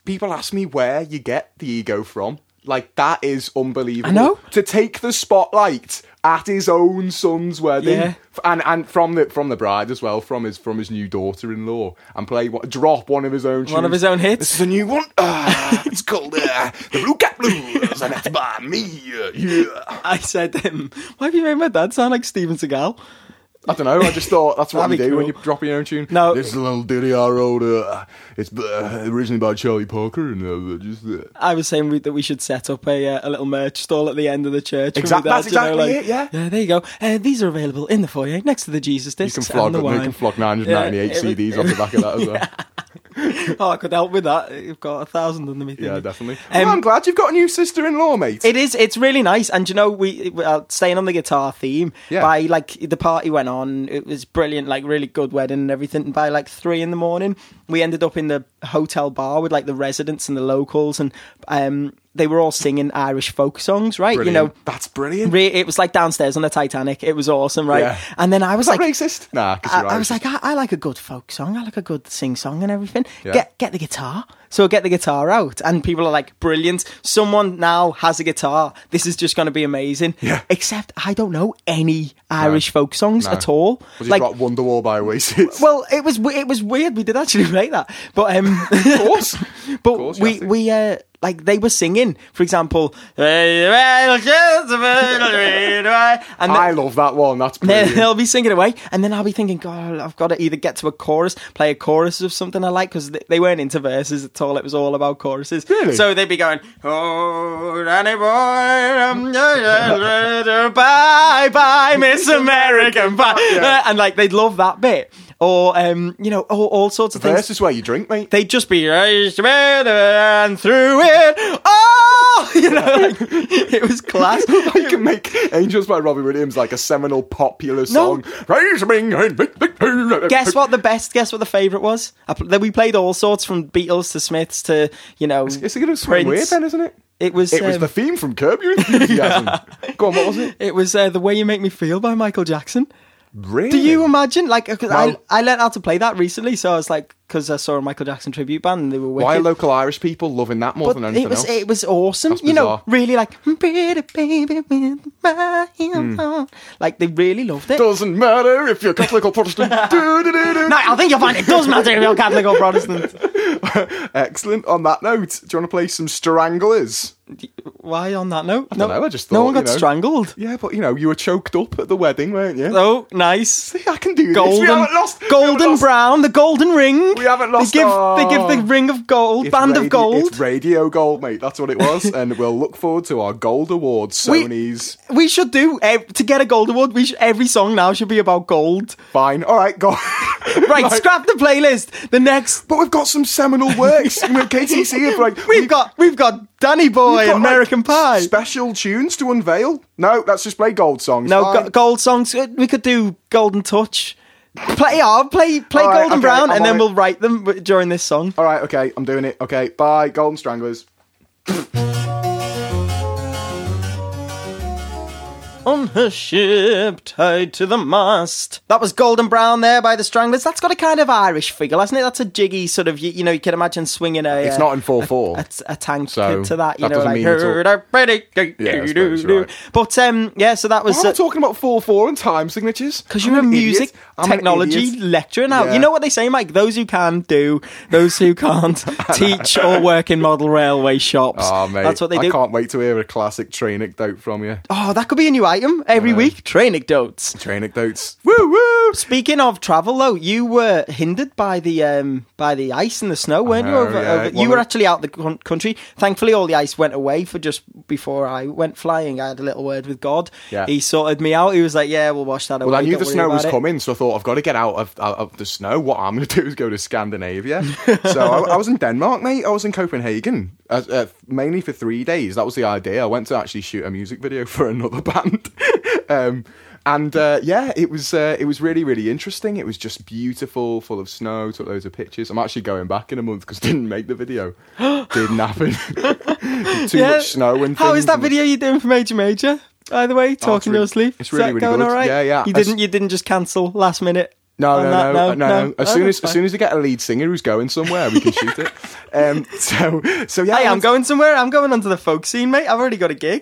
Speaker 1: people ask me where you get the ego from. Like that is unbelievable.
Speaker 2: I know.
Speaker 1: to take the spotlight at his own son's wedding,
Speaker 2: Yeah.
Speaker 1: F- and and from the from the bride as well, from his from his new daughter-in-law, and play what drop one of his own
Speaker 2: One
Speaker 1: tunes.
Speaker 2: of his own hits.
Speaker 1: This is a new one. Ah, it's called uh, the Blue Cat Blues, and it's by me. uh, Yeah.
Speaker 2: I said to him, why have you made my dad sound like Steven Seagal?
Speaker 1: I don't know. I just thought that's what you
Speaker 2: That'd
Speaker 1: do
Speaker 2: be
Speaker 1: when you
Speaker 2: cool.
Speaker 1: drop your own tune.
Speaker 2: No.
Speaker 1: this is a little ditty I wrote. Uh, it's uh, originally by Charlie Parker, and uh, just uh,
Speaker 2: I was saying we, that we should set up a, uh, a little merch stall at the end of the church. for my
Speaker 1: Exact-
Speaker 2: dad,
Speaker 1: that's
Speaker 2: you know,
Speaker 1: exactly
Speaker 2: like,
Speaker 1: it, yeah.
Speaker 2: there you go. Uh, these are available in the foyer next to the Jesus
Speaker 1: You
Speaker 2: discs
Speaker 1: can flog,
Speaker 2: and the
Speaker 1: them.
Speaker 2: wine.
Speaker 1: you can flog 998
Speaker 2: Yeah, it would-
Speaker 1: CDs off the back of that as well.
Speaker 2: oh, I could help with that. You've got a thousand underneath.
Speaker 1: Yeah,
Speaker 2: you.
Speaker 1: definitely.
Speaker 2: Um,
Speaker 1: well, I'm glad you've got a new sister-in-law, mate.
Speaker 2: It is. It's really nice, and you know, we, we are staying on the guitar theme.
Speaker 1: Yeah.
Speaker 2: By like the party went on, it was brilliant, like really good wedding and everything. And by like three in the morning, we ended up in the hotel bar with like the residents and the locals, and um, they were all singing Irish folk songs, right?
Speaker 1: brilliant.
Speaker 2: You know.
Speaker 1: that's brilliant.
Speaker 2: Re- it was like downstairs on the Titanic. It was awesome, right?
Speaker 1: Yeah.
Speaker 2: And then I was
Speaker 1: is that
Speaker 2: like,
Speaker 1: racist? Nah, because
Speaker 2: I,
Speaker 1: you're
Speaker 2: I was
Speaker 1: Irish.
Speaker 2: like, I, I like a good folk song. I like a good sing song and everything.
Speaker 1: Yeah.
Speaker 2: Get get the guitar. So I get the guitar out, and people are like, brilliant. Someone now has a guitar. This is just going to be amazing.
Speaker 1: Yeah.
Speaker 2: Except I don't know any Irish folk songs
Speaker 1: No.
Speaker 2: at all.
Speaker 1: Was like, got Wonderwall by Oasis?
Speaker 2: well, it was w- it was weird. We did actually make that, but um,
Speaker 1: of course.
Speaker 2: But
Speaker 1: course you
Speaker 2: we
Speaker 1: have to.
Speaker 2: we uh, like they were singing, for example, and
Speaker 1: I
Speaker 2: then,
Speaker 1: love that one. That's
Speaker 2: they-
Speaker 1: brilliant.
Speaker 2: they'll be singing away, and then I'll be thinking, God, I've got to either get to a chorus, play a chorus of something I like, because they weren't into verses at all. It was all about choruses.
Speaker 1: Really?
Speaker 2: So they'd be going, Oh, Danny boy, um, bye bye, Miss American, bye, and like they'd love that bit, or um, you know, all, all sorts of things
Speaker 1: Verse is where you drink, mate.
Speaker 2: they'd just be raised together and through it. Oh, you know, like, it was class.
Speaker 1: I can make Angels by Robbie Williams like a seminal popular song.
Speaker 2: Guess what? The best. Guess what? The favorite was. I, pl- that we played all sorts from Beatles to Smiths to you know.
Speaker 1: It's going to swing weird
Speaker 2: Prince.
Speaker 1: then, isn't it?
Speaker 2: It was.
Speaker 1: It was
Speaker 2: um,
Speaker 1: the theme from Curb Your Enthusiasm. Go on, what was it?
Speaker 2: It was uh, the way you make me feel by Michael Jackson.
Speaker 1: Really?
Speaker 2: Do you imagine? Like, 'cause
Speaker 1: Well-
Speaker 2: I I learned how to play that recently, so I was like, because I saw a Michael Jackson tribute band and they were wicked.
Speaker 1: Why are local Irish people loving that more
Speaker 2: But
Speaker 1: than anything
Speaker 2: it was
Speaker 1: else?
Speaker 2: it was awesome.
Speaker 1: That's
Speaker 2: you know,
Speaker 1: bizarre. Hmm.
Speaker 2: really like pretty baby with my heels on. Like they really loved it.
Speaker 1: doesn't matter if you're Catholic or Protestant. Do-do-do-do.
Speaker 2: No, I think you'll find it does matter if you're Catholic or Protestant.
Speaker 1: Excellent. On that note, do you want to play some Stranglers?
Speaker 2: Why on that note? no,
Speaker 1: dunno, I just
Speaker 2: no
Speaker 1: thought,
Speaker 2: one got
Speaker 1: you know.
Speaker 2: strangled.
Speaker 1: Yeah, but you know, you were choked up at the wedding, weren't you?
Speaker 2: Oh, nice.
Speaker 1: I can do this. We
Speaker 2: Golden,
Speaker 1: haven't lost. we haven't
Speaker 2: golden
Speaker 1: lost.
Speaker 2: brown, the golden ring.
Speaker 1: We haven't lost
Speaker 2: They give, they
Speaker 1: our-
Speaker 2: give the ring of gold,
Speaker 1: It's
Speaker 2: band
Speaker 1: radi-
Speaker 2: of gold.
Speaker 1: It's radio gold, mate. That's what it was. and we'll look forward to our gold award,
Speaker 2: We-
Speaker 1: Sony's.
Speaker 2: we should do eh, to get a gold award. We should, every song now should be about gold.
Speaker 1: Fine. All right, go.
Speaker 2: Right, scrap the playlist. The next
Speaker 1: But we've got some seminal works. and we've KTC have like
Speaker 2: we've got we've got Danny
Speaker 1: got,
Speaker 2: Boy,
Speaker 1: like,
Speaker 2: American Pie.
Speaker 1: special tunes to unveil. No, let's just play gold songs.
Speaker 2: No,
Speaker 1: Fine.
Speaker 2: go- gold songs. uh, We could do Golden Touch. Play hard, play play
Speaker 1: All right,
Speaker 2: Golden
Speaker 1: okay,
Speaker 2: Brown,
Speaker 1: I'm
Speaker 2: and
Speaker 1: on
Speaker 2: then
Speaker 1: it.
Speaker 2: we'll write them w- during this song.
Speaker 1: All right, okay, I'm doing it. Okay, bye, Golden Stranglers.
Speaker 2: On her ship, tied to the mast. That was Golden Brown there by the Stranglers. That's got a kind of Irish figure, hasn't it? That's a jiggy sort of, you, you know, you can imagine swinging a.
Speaker 1: It's
Speaker 2: uh,
Speaker 1: not in four four.
Speaker 2: a, t- a tank
Speaker 1: So,
Speaker 2: to, to that, you
Speaker 1: that
Speaker 2: know,
Speaker 1: doesn't
Speaker 2: like
Speaker 1: mean it's all-
Speaker 2: "Hurrah, pretty, do,
Speaker 1: Yeah, I
Speaker 2: do,
Speaker 1: suppose
Speaker 2: do,
Speaker 1: you're
Speaker 2: do."
Speaker 1: right.
Speaker 2: but um, yeah, so that was
Speaker 1: Why am I
Speaker 2: uh,
Speaker 1: talking about four four and time signatures?
Speaker 2: Because
Speaker 1: I'm
Speaker 2: you're a
Speaker 1: an idiot.
Speaker 2: music
Speaker 1: I'm an
Speaker 2: technology
Speaker 1: idiot.
Speaker 2: lecturer now.
Speaker 1: Yeah.
Speaker 2: You know what they say, Mike? Those who can do, those who can't teach or work in model railway shops.
Speaker 1: Oh, mate.
Speaker 2: That's what they
Speaker 1: I
Speaker 2: do.
Speaker 1: can't wait to hear a classic train anecdote from you.
Speaker 2: Oh, that could be a new item every week. Train anecdotes.
Speaker 1: Train anecdotes. Woo woo!
Speaker 2: Speaking of travel, though, you were hindered by the um, by the ice and the snow, weren't you?
Speaker 1: know,
Speaker 2: Over,
Speaker 1: Oh, yeah.
Speaker 2: over-
Speaker 1: Well,
Speaker 2: you were
Speaker 1: the-
Speaker 2: actually out the con- country. Thankfully, all the ice went away for just before I went flying. I had a little word with God.
Speaker 1: Yeah.
Speaker 2: He sorted me out. He was like, "Yeah, we'll wash that away."
Speaker 1: Well, I knew
Speaker 2: Don't
Speaker 1: the
Speaker 2: worry
Speaker 1: snow was
Speaker 2: about it."
Speaker 1: coming, so I thought I've got to get out of, out of the snow. What I'm going to do is go to Scandinavia. so I, I was in Denmark, mate. I was in Copenhagen, as, uh, mainly for three days. That was the idea. I went to actually shoot a music video for another band. um, and uh, yeah, it was uh, it was really really interesting. It was just beautiful, full of snow. Took loads of pictures. I'm actually going back in a month because didn't make the video. didn't happen. Too
Speaker 2: Yeah.
Speaker 1: much snow and
Speaker 2: How
Speaker 1: things
Speaker 2: is that
Speaker 1: and-
Speaker 2: video you doing for Major Major? By the way, talking
Speaker 1: really-
Speaker 2: your sleep.
Speaker 1: it's
Speaker 2: Is
Speaker 1: really,
Speaker 2: that
Speaker 1: really
Speaker 2: going
Speaker 1: good.
Speaker 2: all right?
Speaker 1: Yeah, yeah.
Speaker 2: You
Speaker 1: As-
Speaker 2: didn't. You didn't just cancel last minute.
Speaker 1: No,
Speaker 2: on
Speaker 1: no, uh,
Speaker 2: that?
Speaker 1: no, no, no, As
Speaker 2: Oh,
Speaker 1: soon
Speaker 2: that's
Speaker 1: as, as soon as we get a lead singer who's going somewhere, we can shoot it. Um, so so yeah,
Speaker 2: fine.
Speaker 1: I
Speaker 2: Hey, I'm
Speaker 1: went-
Speaker 2: going somewhere. I'm going onto the folk scene, mate. I've already got a gig.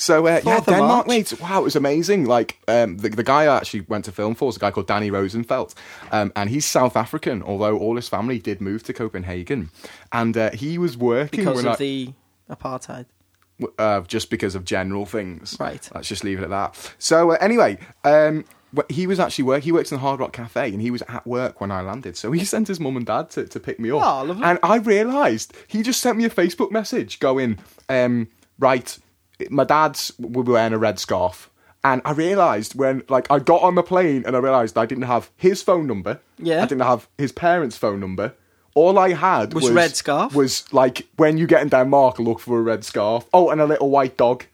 Speaker 1: So uh, yeah,
Speaker 2: Fourth of
Speaker 1: Denmark,
Speaker 2: March.
Speaker 1: mate. Wow, it was amazing. Like um, the the guy I actually went to film for was a guy called Danny Rosenfeld, um, and he's South African. Although all his family did move to Copenhagen, and uh, he was working
Speaker 2: because
Speaker 1: when
Speaker 2: of
Speaker 1: I-
Speaker 2: the apartheid.
Speaker 1: w- uh, just because of general things.
Speaker 2: Right.
Speaker 1: Let's just leave it at that. So uh, anyway, um, wh- he was actually work. He works in the Hard Rock Cafe, and he was at work when I landed. So he sent his mum and dad to, to pick me up.
Speaker 2: Oh, lovely.
Speaker 1: And I realised he just sent me a Facebook message going, um, "Right, my dad's will be wearing a red scarf." And I realised when, like, I got on the plane and I realised I didn't have his phone number.
Speaker 2: Yeah.
Speaker 1: I didn't have his parents' phone number. All I had
Speaker 2: Was red scarf?
Speaker 1: was like when you get in Denmark, look for a red scarf. Oh, and a little white dog.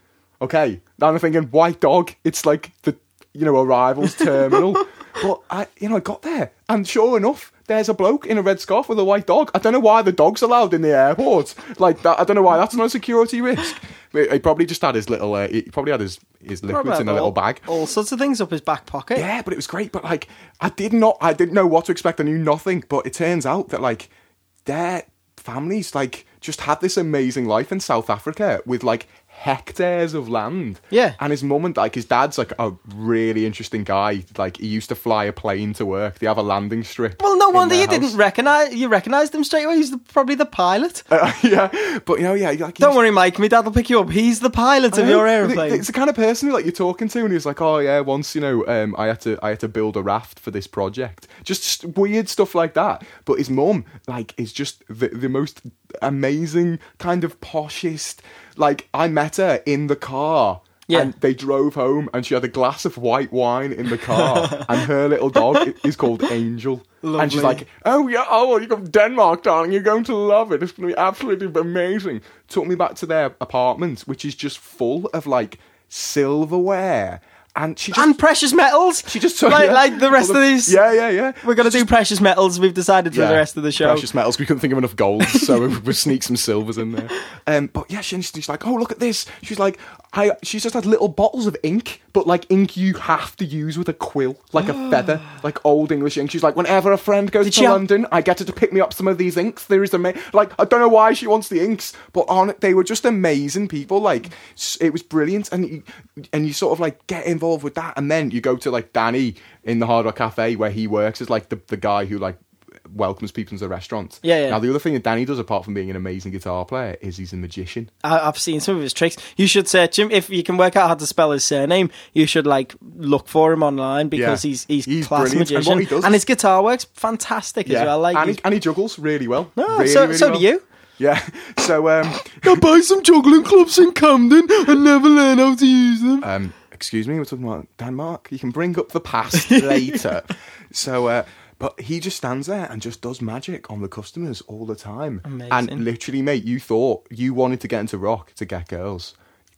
Speaker 1: Okay, now I'm thinking white dog. It's like the you know arrivals terminal. but I, you know, I got there, and sure enough, there's a bloke in a red scarf with a white dog. I don't know why the dog's allowed in the airport like that. I don't know why that's not a security risk. But He probably just had his little. Uh, he probably had his his liquids
Speaker 2: Probably
Speaker 1: in a
Speaker 2: had
Speaker 1: little
Speaker 2: all-
Speaker 1: bag.
Speaker 2: All sorts of things up his back pocket.
Speaker 1: Yeah, but it was great. But like, I did not, I didn't know what to expect. I knew nothing. But it turns out that like, their families like just had this amazing life in South Africa with like hectares of land.
Speaker 2: Yeah.
Speaker 1: And his mum and like his dad's like a really interesting guy. Like he used to fly a plane to work. They have a landing strip.
Speaker 2: Well, no
Speaker 1: in
Speaker 2: wonder
Speaker 1: their
Speaker 2: you
Speaker 1: house.
Speaker 2: didn't recognize. You recognized him straight away. He's the, probably the pilot.
Speaker 1: Uh, yeah, but you know, yeah, like he
Speaker 2: Don't worry, Mike. My dad will pick you up. He's the pilot of
Speaker 1: know.
Speaker 2: your
Speaker 1: But it-
Speaker 2: airplane.
Speaker 1: It's the kind of person who, like you're talking to, and he's like, "Oh yeah, once you know, um, I had to I had to build a raft for this project." Just st- weird stuff like that. But his mum, like, is just the the most amazing kind of poshest. Like I met her in the car.
Speaker 2: Yeah.
Speaker 1: And they drove home, and she had a glass of white wine in the car, and her little dog i- is called Angel. And she's
Speaker 2: Lovely.
Speaker 1: like, "Oh yeah, oh, well, you're from Denmark, darling. You're going to love it. It's going to be absolutely amazing." Took me back to their apartment, which is just full of like silverware, and she just
Speaker 2: and precious metals.
Speaker 1: she just took
Speaker 2: like,
Speaker 1: yeah,
Speaker 2: like the rest
Speaker 1: all
Speaker 2: of these.
Speaker 1: Yeah, yeah, yeah.
Speaker 2: We're gonna do precious metals. We've decided for
Speaker 1: Yeah,
Speaker 2: the rest of the show.
Speaker 1: Precious metals. We couldn't think of enough gold, so we, we sneak some silvers in there. Um, but yeah, she, she's like, oh, look at this. She's like, I. She's just had little bottles of ink, but like ink you have to use with a quill, like a feather, like old English ink. She's like, whenever a friend goes
Speaker 2: Did
Speaker 1: to
Speaker 2: she have-
Speaker 1: London, I get her to pick me up some of these inks. There is a ma- like I don't know why she wants the inks, but on it they were just amazing people. Like s- it was brilliant, and you, and you sort of like get involved with that, and then you go to like Danny in the Hard Rock Cafe where he works as like the the guy who like welcomes people into the restaurant.
Speaker 2: Yeah, yeah.
Speaker 1: Now the other thing that Danny does, apart from being an amazing guitar player, is he's a magician.
Speaker 2: I, I've seen some of his tricks. You should search him if you can work out how to spell his surname. You should like look for him online because
Speaker 1: Yeah.
Speaker 2: he's he's,
Speaker 1: He's
Speaker 2: class
Speaker 1: brilliant, and
Speaker 2: magician
Speaker 1: what he does is-
Speaker 2: his guitar works fantastic as well. Like
Speaker 1: and,
Speaker 2: he's-
Speaker 1: he, and he juggles really well.
Speaker 2: Oh,
Speaker 1: really,
Speaker 2: so-
Speaker 1: really
Speaker 2: so do
Speaker 1: well.
Speaker 2: you.
Speaker 1: Yeah. So um, I buy some juggling clubs in Camden and never learn how to use them. Um, excuse me, we're talking about Denmark. You can bring up the past later. So, uh, but he just stands there and just does magic on the customers all the time. And
Speaker 2: Amazing.
Speaker 1: literally, mate, you thought you wanted to get into rock to get girls.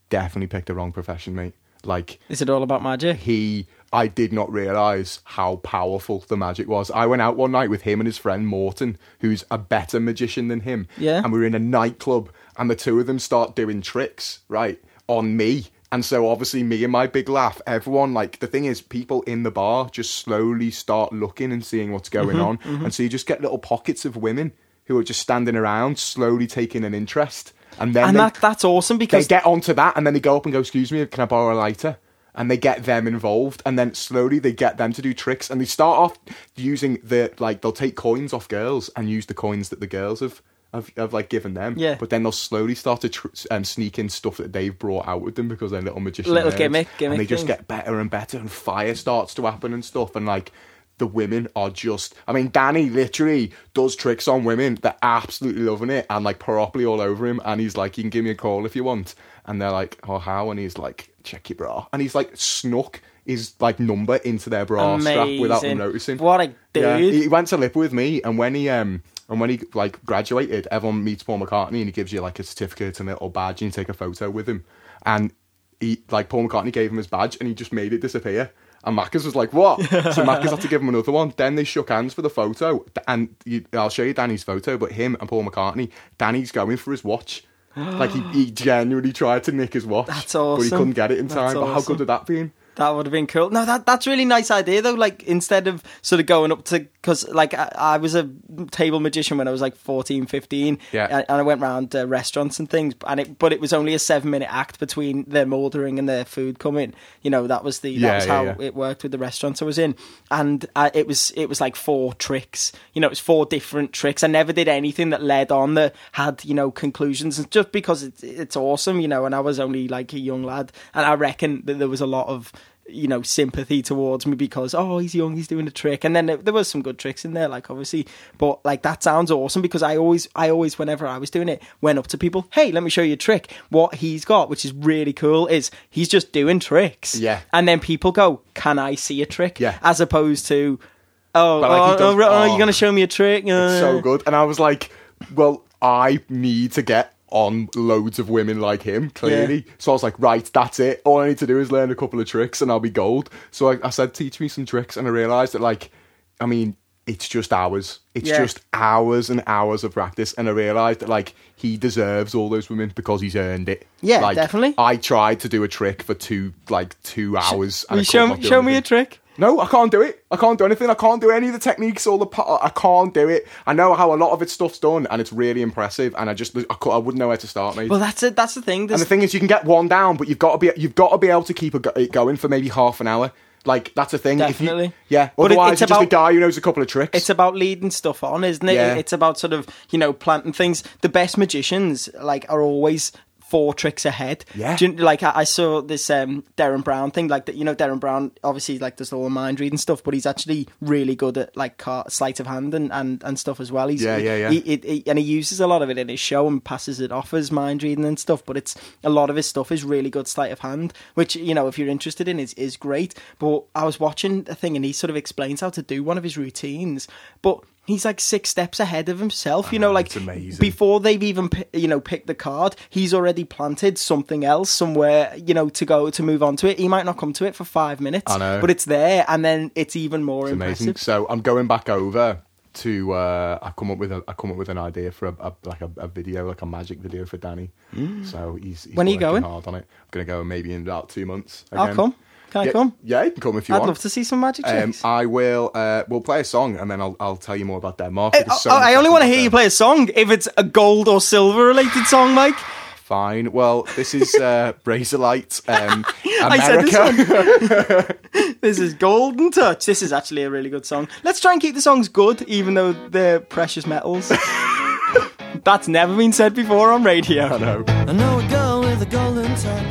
Speaker 1: Definitely picked the wrong profession, mate. Like
Speaker 2: is it all about magic?
Speaker 1: he I did not realize how powerful the magic was. I went out one night with him and his friend Morton, who's a better magician than him.
Speaker 2: Yeah.
Speaker 1: And we were in a nightclub, and the two of them start doing tricks, right, on me. And so obviously me and my big laugh, everyone like the thing is people in the bar just slowly start looking and seeing what's going
Speaker 2: Mm-hmm,
Speaker 1: on. And so you just get little pockets of women who are just standing around, slowly taking an interest. And then
Speaker 2: And,
Speaker 1: they-
Speaker 2: that that's awesome
Speaker 1: they
Speaker 2: because
Speaker 1: get onto that and then they go up and go, excuse me, can I borrow a lighter? And they get them involved and then slowly they get them to do tricks and they start off using the like they'll take coins off girls and use the coins that the girls have have, have like given them.
Speaker 2: Yeah.
Speaker 1: But then they'll slowly start to tr- um, sneak in stuff that they've brought out with them because they're little magicians.
Speaker 2: Little gimmick- gimmick
Speaker 1: And they just
Speaker 2: things.
Speaker 1: get better and better and fire starts to happen and stuff and like the women are just I mean Danny literally does tricks on women they're absolutely loving it and like properly all over him and he's like you can give me a call if you want and they're like oh how and he's like check your bra and he's like snuck his like number into their bra strap without them
Speaker 2: Amazing.
Speaker 1: noticing
Speaker 2: What a
Speaker 1: Yeah,
Speaker 2: dude.
Speaker 1: he went to lip with me and when he um and when he like graduated everyone meets Paul McCartney and he gives you like a certificate and a little badge and you take a photo with him and he like Paul McCartney gave him his badge and he just made it disappear. And Maccas was like, "What?" so Maccas had to give him another one. Then they shook hands for the photo, and you, I'll show you Danny's photo. But him and Paul McCartney, Danny's going for his watch. like he, he genuinely tried to nick his watch,
Speaker 2: That's
Speaker 1: but he
Speaker 2: awesome.
Speaker 1: couldn't get it in
Speaker 2: That's
Speaker 1: time. But how
Speaker 2: awesome.
Speaker 1: good would that be?
Speaker 2: That would have been cool. No, that that's really nice idea though. Like instead of sort of going up to because like I, I was a table magician when I was like 14, 15.
Speaker 1: Yeah.
Speaker 2: and, and I went round uh, restaurants and things, and it but it was only a seven minute act between them ordering and their food coming. You know that was the that
Speaker 1: Yeah,
Speaker 2: was
Speaker 1: yeah,
Speaker 2: how
Speaker 1: yeah.
Speaker 2: it worked with the restaurants I was in, and uh, it was it was like four tricks. You know, it was four different tricks. I never did anything that led on that had you know conclusions, and just because it's it's awesome, you know. And I was only like a young lad, and I reckon that there was a lot of you know sympathy towards me because oh he's young he's doing a trick and then there, there was some good tricks in there like obviously but like that sounds awesome because i always i always whenever i was doing it went up to people hey let me show you a trick what he's got which is really cool is he's just doing tricks
Speaker 1: Yeah.
Speaker 2: and then people go, "Can I see a trick?"
Speaker 1: Yeah.
Speaker 2: As opposed to, "Oh,
Speaker 1: But, like, he
Speaker 2: oh,
Speaker 1: does-
Speaker 2: oh, oh,
Speaker 1: oh.
Speaker 2: you're gonna show me a trick?" Uh,
Speaker 1: so good. And I was like, well, I need to get on loads of women like him, clearly. So I was like, right, that's it. All I need to do is learn a couple of tricks and I'll be gold. So I, I said, teach me some tricks. And I realized that, like, I mean, it's just hours. It's
Speaker 2: Yeah.
Speaker 1: just hours and hours of practice. And I realized that, like, he deserves all those women because he's earned it.
Speaker 2: Yeah,
Speaker 1: like,
Speaker 2: definitely.
Speaker 1: I tried to do a trick for two, like, two hours.
Speaker 2: Will
Speaker 1: I
Speaker 2: you
Speaker 1: could
Speaker 2: show
Speaker 1: not
Speaker 2: me
Speaker 1: do
Speaker 2: show me a
Speaker 1: anything.
Speaker 2: trick?
Speaker 1: No, I can't do it. I can't do anything. I can't do any of the techniques or the. Pa- I can't do it. I know how a lot of its stuff's done, and it's really impressive. And I just, I, cou- I wouldn't know where to start, mate.
Speaker 2: Well, that's it. That's the thing.
Speaker 1: and
Speaker 2: There's,
Speaker 1: the thing is, you can get one down, but you've got to be, you've got to be able to keep a go- it going for maybe half an hour. Like that's a thing. If you-
Speaker 2: Definitely.
Speaker 1: yeah.
Speaker 2: But it-
Speaker 1: Otherwise,
Speaker 2: it's
Speaker 1: you're just a
Speaker 2: about-
Speaker 1: guy who knows a couple of tricks.
Speaker 2: it's about leading stuff on, isn't it?
Speaker 1: Yeah.
Speaker 2: It's about sort of you know planting things. The best magicians like are always four tricks ahead.
Speaker 1: Yeah.
Speaker 2: Do you- like I, I saw this um, Darren Brown thing. Like that, you know, Darren Brown obviously like does all the mind reading stuff, but he's actually really good at like car, sleight of hand and, and, and stuff as well. He's,
Speaker 1: Yeah, yeah, yeah.
Speaker 2: he- it, it, and he uses a lot of it in his show and passes it off as mind reading and stuff. But it's a lot of his stuff is really good sleight of hand, which you know if you're interested in is is great. But I was watching a thing and he sort of explains how to do one of his routines, but. He's like six steps ahead of himself, you know. Like
Speaker 1: it's Ah, amazing.
Speaker 2: before they've even pi- you know picked the card, he's already planted something else somewhere, you know, to go to move on to it. He might not come to it for five minutes,
Speaker 1: I know.
Speaker 2: but it's there, and then it's even more impressive.
Speaker 1: amazing. So I'm going back over to uh, I've come up with a, I've come up with an idea for a, a like a, a video, like a magic video for Danny. So he's, he's
Speaker 2: When are you
Speaker 1: working
Speaker 2: going?
Speaker 1: Hard on it. I'm gonna go maybe in about two months.
Speaker 2: I'll
Speaker 1: again.
Speaker 2: come. Can I
Speaker 1: yeah,
Speaker 2: come?
Speaker 1: Yeah, you can come if you
Speaker 2: I'd
Speaker 1: want.
Speaker 2: love to see some magic
Speaker 1: Um,
Speaker 2: tricks.
Speaker 1: I will. Uh, we'll play a song and then I'll, I'll tell you more about Denmark.
Speaker 2: I,
Speaker 1: There's so
Speaker 2: I-
Speaker 1: much
Speaker 2: Uh, Oh, I only
Speaker 1: can
Speaker 2: want to
Speaker 1: do
Speaker 2: hear
Speaker 1: there.
Speaker 2: you play a song if it's a gold or silver related song, Mike.
Speaker 1: Fine. Well, this is uh, Razorlight, um,
Speaker 2: said this
Speaker 1: America.
Speaker 2: This is Golden Touch. This is actually a really good song. Let's try and keep the songs good, even though they're precious metals. That's never been said before on radio.
Speaker 1: I know.
Speaker 3: I know a girl with a golden touch.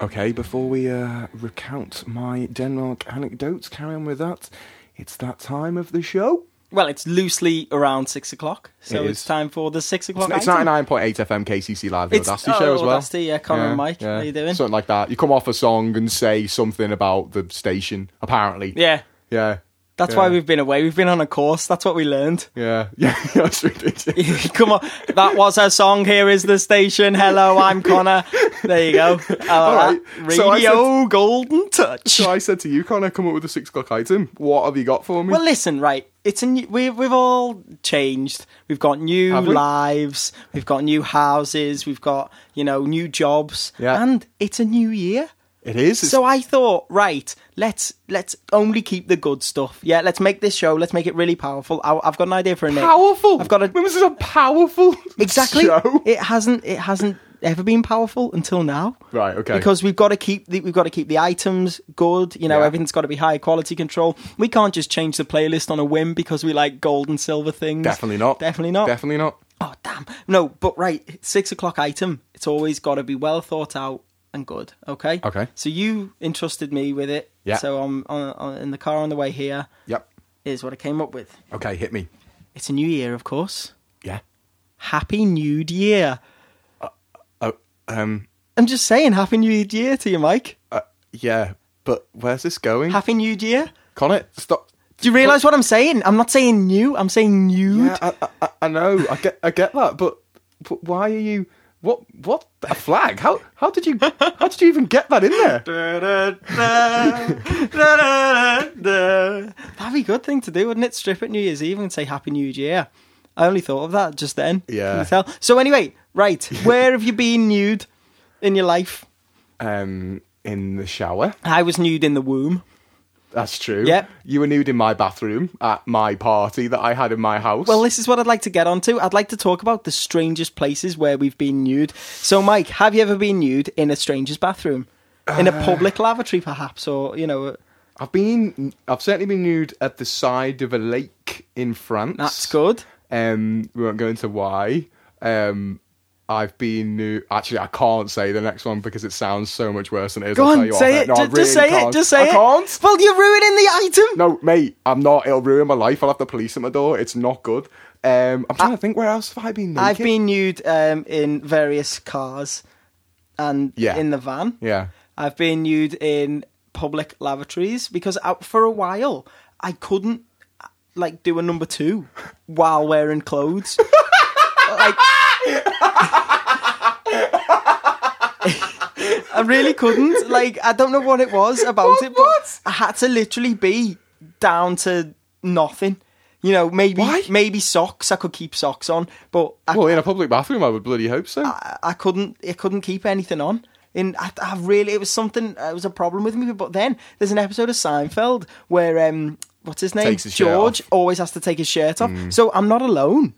Speaker 1: Okay, before we uh, recount my Denmark anecdotes, carry on with that. It's that time of the show.
Speaker 2: Well, it's loosely around six o'clock, so
Speaker 1: It
Speaker 2: it's
Speaker 1: is.
Speaker 2: time for the six o'clock.
Speaker 1: It's
Speaker 2: item.
Speaker 1: 99.8 FM KCC Live, the
Speaker 2: It's-
Speaker 1: Audacity
Speaker 2: oh,
Speaker 1: show as well.
Speaker 2: Audacity, yeah, Connor and Mike, how you doing?
Speaker 1: Something like that. You come off a song and say something about the station, apparently.
Speaker 2: Yeah,
Speaker 1: Yeah.
Speaker 2: that's
Speaker 1: Yeah.
Speaker 2: why we've been away. We've been on a course. That's what we learned.
Speaker 1: Yeah. Yeah. That's ridiculous.
Speaker 2: Come on, that was her song. Here is the station. Hello, I'm Connor. There you go. All
Speaker 1: right.
Speaker 2: right.
Speaker 1: So I
Speaker 2: Radio Golden Touch.
Speaker 1: So I said to you, Connor, come up with a six o'clock item. What have you got for me?
Speaker 2: Well, listen, right. It's a new, we we've all changed. We've got new
Speaker 1: Have we?
Speaker 2: lives. We've got new houses. We've got you know new jobs.
Speaker 1: Yeah.
Speaker 2: And it's a new year.
Speaker 1: it is. It's-
Speaker 2: So I thought, right, let's let's only keep the good stuff. Yeah, let's make this show. Let's make it really powerful. I, I've got an idea for a name.
Speaker 1: powerful.
Speaker 2: I've got a
Speaker 1: When was this a powerful
Speaker 2: exactly.
Speaker 1: show?
Speaker 2: It hasn't. It hasn't ever been powerful until now.
Speaker 1: Right, okay.
Speaker 2: Because we've got to keep the, we've got to keep the items good. You know,
Speaker 1: Yeah.
Speaker 2: everything's got to be high quality control. We can't just change the playlist on a whim because we like gold and silver things.
Speaker 1: Definitely not.
Speaker 2: Definitely not.
Speaker 1: Definitely not.
Speaker 2: oh damn. No, but right, six o'clock item. It's always got to be well thought out and good. Okay.
Speaker 1: Okay.
Speaker 2: So you entrusted me with it.
Speaker 1: Yeah.
Speaker 2: So I'm on, on, in the car on the way here.
Speaker 1: Yep.
Speaker 2: Is what I came up with.
Speaker 1: Okay, hit me.
Speaker 2: It's a new year, of course.
Speaker 1: Yeah.
Speaker 2: Happy Nude Year.
Speaker 1: Oh, um,
Speaker 2: I'm just saying, Happy New Year to you, Mike.
Speaker 1: uh, yeah. But where's this going?
Speaker 2: Happy New Year.
Speaker 1: Connor, stop.
Speaker 2: Do you realise what I'm saying? I'm not saying new. I'm saying nude.
Speaker 1: Yeah, I, I, I know. I get, I get that. But, but why are you? What? What? A flag? How? How did you? How did you even get that in there?
Speaker 2: That'd be a good thing to do, wouldn't it? Strip at New Year's Eve and say Happy New Year. I only thought of that just then.
Speaker 1: Yeah.
Speaker 2: Can you tell? So anyway, right, where have you been nude in your life?
Speaker 1: Um, in the shower.
Speaker 2: I was nude in the womb.
Speaker 1: That's true.
Speaker 2: Yep.
Speaker 1: You were nude in my bathroom at my party that I had in my house.
Speaker 2: Well, this is what I'd like to get onto. I'd like to talk about the strangest places where we've been nude. So, Mike, have you ever been nude in a stranger's bathroom? In
Speaker 1: Uh,
Speaker 2: a public lavatory, perhaps, or, you know,
Speaker 1: I've been. I've certainly been nude at the side of a lake in France.
Speaker 2: that's good.
Speaker 1: Um, we won't go into why. Um, I've been nude. Actually, I can't say the next one because it sounds so much worse than it is.
Speaker 2: Go
Speaker 1: I'll tell
Speaker 2: on,
Speaker 1: you
Speaker 2: say
Speaker 1: off
Speaker 2: it.
Speaker 1: No, I
Speaker 2: Ju- just
Speaker 1: really
Speaker 2: say it.
Speaker 1: can't.
Speaker 2: Just say
Speaker 1: I
Speaker 2: it.
Speaker 1: can't.
Speaker 2: Well, you're ruining the item.
Speaker 1: No, mate, I'm not. It'll ruin my life. I'll have the police at my door. It's not good. Um, I'm trying to think. Where else have I been? Naked?
Speaker 2: I've been nude um, in various cars and
Speaker 1: Yeah.
Speaker 2: in the van.
Speaker 1: Yeah.
Speaker 2: I've been nude in public lavatories because out for a while I couldn't like do a number two while wearing clothes. like, I really couldn't. Like, I don't know what it was about it, but I had to literally be down to nothing. You know, maybe
Speaker 1: Why?
Speaker 2: maybe socks. I could keep socks on, but I,
Speaker 1: Well, in a public bathroom, I would bloody hope so.
Speaker 2: I, I couldn't I couldn't keep anything on. And I, I really it was something uh, it was a problem with me. But then there's an episode of Seinfeld where um what's his name
Speaker 1: Takes his shirt
Speaker 2: George
Speaker 1: off. Mm.
Speaker 2: always has to take his shirt off. So I'm not alone.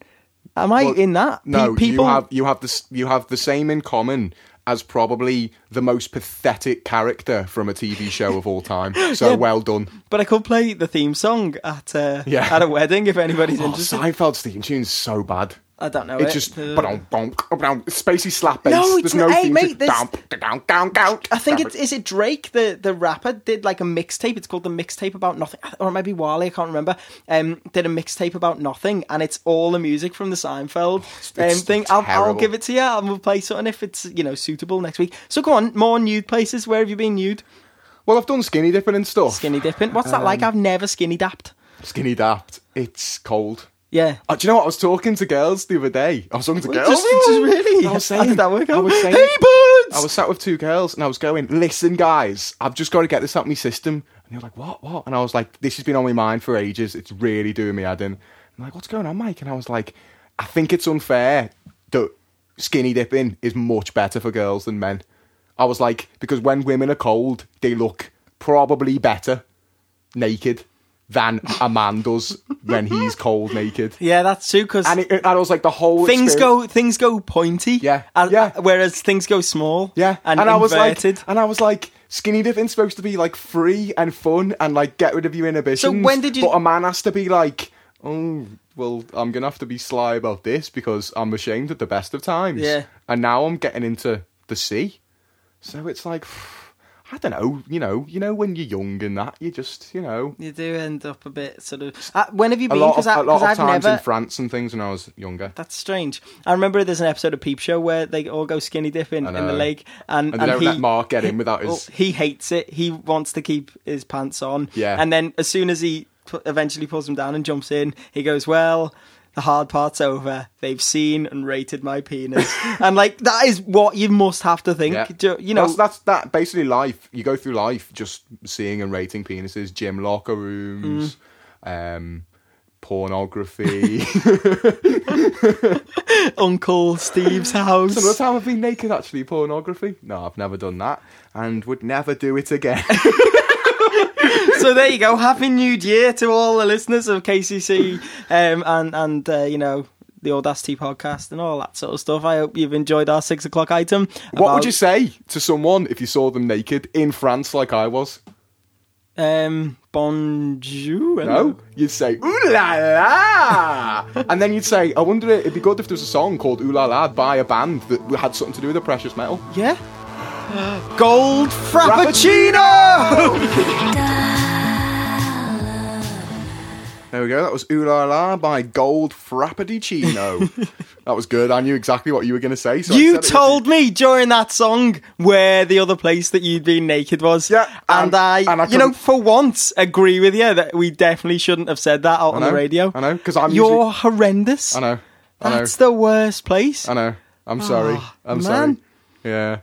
Speaker 2: Am I in that? Pe-
Speaker 1: no, you have you have this you have the same in common as probably the most pathetic character from a TV show of all time. So well done.
Speaker 2: But I could play the theme song at uh,
Speaker 1: Yeah.
Speaker 2: at a wedding if anybody's
Speaker 1: Oh,
Speaker 2: interested.
Speaker 1: Seinfeld's theme tune's so bad.
Speaker 2: I don't know.
Speaker 1: It's
Speaker 2: it.
Speaker 1: just
Speaker 2: Uh,
Speaker 1: ba-dum, bonk, ba-dum, spacey slap bass.
Speaker 2: No, it's
Speaker 1: There's no
Speaker 2: not- hey,
Speaker 1: theme
Speaker 2: mate,
Speaker 1: tune.
Speaker 2: this-
Speaker 1: Down, down, down, down.
Speaker 2: I think it's is it Drake the the rapper did like a mixtape. It's called the mixtape about nothing, or it might be Wale. I can't remember. Um, did a mixtape about nothing, and it's all the music from the Seinfeld um,
Speaker 1: it's
Speaker 2: thing. I'll, I'll
Speaker 1: terrible.
Speaker 2: give it to you, and we'll play something if it's you know suitable next week. So go on, more nude places. Where have you been nude?
Speaker 1: Well, I've done skinny dipping and stuff.
Speaker 2: Skinny dipping. What's that
Speaker 1: Um,
Speaker 2: like? I've never skinny dapped.
Speaker 1: Skinny dapped. It's cold.
Speaker 2: Yeah.
Speaker 1: Oh, do you know what? I was talking to girls the other day. I was talking to girls.
Speaker 2: Just, just really.
Speaker 1: I was
Speaker 2: How did
Speaker 1: saying-
Speaker 2: that work out?
Speaker 1: I was saying-
Speaker 2: hey birds.
Speaker 1: I was sat with two girls and I was going, listen, guys, I've just got to get this out of my system. And they were like, what, what? And I was like, this has been on my mind for ages. It's really doing me head in. And they're like, what's going on, Mike? And I was like, I think it's unfair that skinny dipping is much better for girls than men. I was like, because when women are cold, they look probably better naked than a man does when he's cold naked.
Speaker 2: yeah, that's true. Because
Speaker 1: And, it, and I was like, the whole
Speaker 2: things
Speaker 1: experience-
Speaker 2: go things go pointy.
Speaker 1: Yeah.
Speaker 2: And- uh,
Speaker 1: Yeah.
Speaker 2: Whereas things go small.
Speaker 1: Yeah,
Speaker 2: And,
Speaker 1: I was like,
Speaker 2: inverted.
Speaker 1: and I was like, skinny dipping's supposed to be like free and fun and like get rid of your inhibitions.
Speaker 2: So when did you-
Speaker 1: But a man has to be like, oh, well, I'm gonna have to be sly about this because I'm ashamed at the best of times.
Speaker 2: Yeah.
Speaker 1: and now I'm getting into the sea, so it's like. I don't know, you know, you know when you're young and that you just, you know,
Speaker 2: You do end up a bit sort of. Uh, when have you
Speaker 1: a
Speaker 2: been?
Speaker 1: lot of,
Speaker 2: Because
Speaker 1: a lot of
Speaker 2: I've
Speaker 1: times
Speaker 2: never.
Speaker 1: in France and things when I was younger.
Speaker 2: That's strange. I remember there's an episode of Peep Show where they all go skinny dipping
Speaker 1: I
Speaker 2: in
Speaker 1: know.
Speaker 2: the lake, and,
Speaker 1: And they don't
Speaker 2: he, Oh.
Speaker 1: let Mark get in without
Speaker 2: well,
Speaker 1: his-
Speaker 2: he hates it. He wants to keep his pants on.
Speaker 1: Yeah.
Speaker 2: And then as soon as he pu- eventually pulls them down and jumps in, he goes, "Well." The hard part's over. They've seen and rated my penis, and like that is what you must have to think.
Speaker 1: Yeah.
Speaker 2: Do- you know,
Speaker 1: that's, that's that basically life. You go through life just seeing and rating penises, gym locker rooms, um, pornography.
Speaker 2: Uncle Steve's house.
Speaker 1: Another time I've been naked actually, pornography. No, I've never done that and would never do it again.
Speaker 2: so there you go. Happy New Year to all the listeners of KCC um, and and uh, you know the Audacity podcast and all that sort of stuff. I hope you've enjoyed our six o'clock item.
Speaker 1: what
Speaker 2: about-
Speaker 1: would you say to someone if you saw them naked in France like I was?
Speaker 2: Um, bonjour.
Speaker 1: No, you'd say "Ooh la la," and then you'd say, "I wonder it'd be good if there was a song called Ooh la la by a band that had something to do with the precious metal."
Speaker 2: Yeah. Gold frappuccino.
Speaker 1: There we go. That was Ooh La La by Gold Frappuccino. that was good. I knew exactly what you were going to say. So I
Speaker 2: you
Speaker 1: said it.
Speaker 2: told me during that song where the other place that you'd been naked was.
Speaker 1: Yeah,
Speaker 2: and,
Speaker 1: and-
Speaker 2: I,
Speaker 1: and I
Speaker 2: you know,
Speaker 1: couldn't-
Speaker 2: for once, agree with you that we definitely shouldn't have said that out on
Speaker 1: know,
Speaker 2: the radio.
Speaker 1: I know, 'cause I'm
Speaker 2: you're
Speaker 1: usually-
Speaker 2: horrendous.
Speaker 1: I know. I know.
Speaker 2: That's the worst place.
Speaker 1: I know. I'm sorry.
Speaker 2: Ah,
Speaker 1: I'm
Speaker 2: man.
Speaker 1: sorry. Yeah.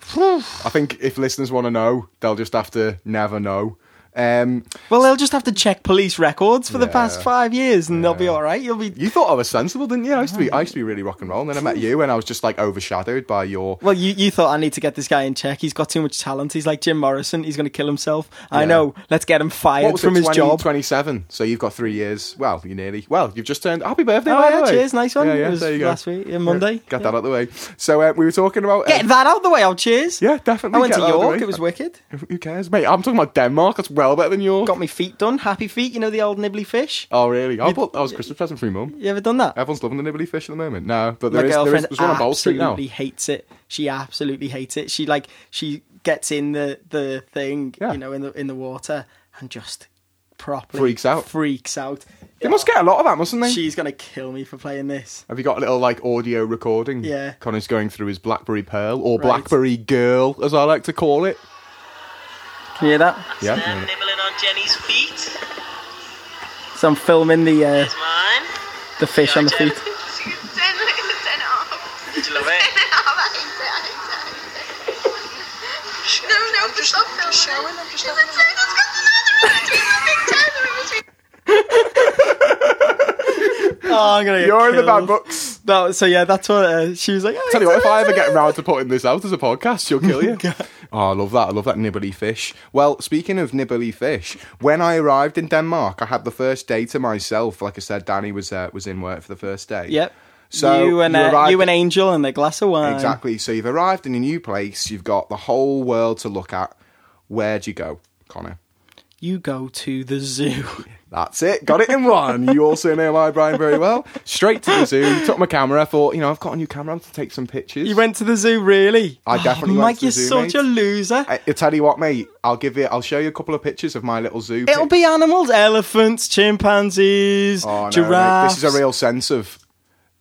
Speaker 1: I think if listeners want to know, they'll just have to never know. Um,
Speaker 2: Well, they'll just have to check police records for the past
Speaker 1: Yeah.
Speaker 2: five years, and they'll be all right. You'll be
Speaker 1: you thought I was sensible, didn't you? I used to be, I used to be really rock and roll, and then I met you, and I was just like overshadowed by your.
Speaker 2: well. You, you thought I need to get this guy in check. He's got too much talent. He's like Jim Morrison. He's going to kill himself. I
Speaker 1: Yeah.
Speaker 2: know. Let's get him fired
Speaker 1: What was
Speaker 2: from
Speaker 1: it,
Speaker 2: his
Speaker 1: 20
Speaker 2: job.
Speaker 1: 27. So you've got three years. Well, you nearly. Well, you've just turned. Happy birthday!
Speaker 2: Oh,
Speaker 1: by
Speaker 2: yeah,
Speaker 1: the way.
Speaker 2: cheers, nice one.
Speaker 1: Yeah, yeah,
Speaker 2: It was
Speaker 1: there you go.
Speaker 2: last week, yeah, Monday.
Speaker 1: Got that out of the way. So uh, we were talking about. uh,
Speaker 2: Get that out the way. I'll cheers.
Speaker 1: yeah, definitely.
Speaker 2: I went
Speaker 1: get
Speaker 2: to
Speaker 1: that out of the
Speaker 2: York.
Speaker 1: way.
Speaker 2: It was wicked.
Speaker 1: Who cares, mate? I'm talking about Denmark. That's well better than York.
Speaker 2: Got my feet done. Happy feet. You know the old nibbly fish.
Speaker 1: Oh, really? I thought that was a Christmas present for your mum.
Speaker 2: You ever done that?
Speaker 1: Everyone's loving the nibbly fish at the moment. No, but
Speaker 2: My
Speaker 1: Uh, there is, there is
Speaker 2: girlfriend
Speaker 1: there's one on Bowl Street now.
Speaker 2: absolutely hates it. She absolutely hates it. She like she gets in the the thing,
Speaker 1: Yeah.
Speaker 2: you know, in the in the water and just properly
Speaker 1: Freaks out.
Speaker 2: Freaks out.
Speaker 1: They must get a lot of that, mustn't they?
Speaker 2: She's gonna kill me for playing this.
Speaker 1: Have you got a little like audio recording?
Speaker 2: Yeah.
Speaker 1: Connor's going through his Blackberry Pearl or
Speaker 2: Right.
Speaker 1: Blackberry Girl, as I like to call it.
Speaker 2: Can you hear that?
Speaker 1: Yeah.
Speaker 4: Stand nibbling on Jenny's feet.
Speaker 2: So I'm filming the uh,
Speaker 4: It's mine.
Speaker 2: the fish on the feet.
Speaker 4: Did you love it?
Speaker 5: No, no, but stop showing. I'm just having a...
Speaker 2: Oh, I'm gonna get
Speaker 1: You're in the bad
Speaker 2: killed.
Speaker 1: books.
Speaker 2: No, so yeah, that's what uh, she was like. "Oh,
Speaker 1: Tell you what,
Speaker 2: it's
Speaker 1: if I
Speaker 2: nice."
Speaker 1: ever get round to putting this out as a podcast, she'll kill you. oh, I love that. I love that nibbly fish. Well, speaking of nibbly fish, when I arrived in Denmark, I had the first day to myself. Like I said, Danny was uh, was in work for the first day.
Speaker 2: Yep.
Speaker 1: So
Speaker 2: you and
Speaker 1: you
Speaker 2: uh,
Speaker 1: arrived-
Speaker 2: you and Angel and a glass of wine.
Speaker 1: Exactly. So you've arrived in a new place. You've got the whole world to look at. Where do you go, Connor?
Speaker 2: You go to the zoo.
Speaker 1: That's it. Got it in one. You also know my Brian very well. Straight to the zoo. Took my camera. I thought, you know, I've got a new camera. I'm to take some pictures.
Speaker 2: You went to the zoo, really?
Speaker 1: I definitely
Speaker 2: oh,
Speaker 1: went
Speaker 2: Mike,
Speaker 1: to the zoo,
Speaker 2: you're such
Speaker 1: mate.
Speaker 2: a loser.
Speaker 1: I, I'll tell you what, mate. I'll give you. I'll show you a couple of pictures of my little zoo.
Speaker 2: It'll
Speaker 1: pic-
Speaker 2: be animals, elephants, chimpanzees,
Speaker 1: Oh, no, mate.
Speaker 2: giraffes.
Speaker 1: This is a real sense of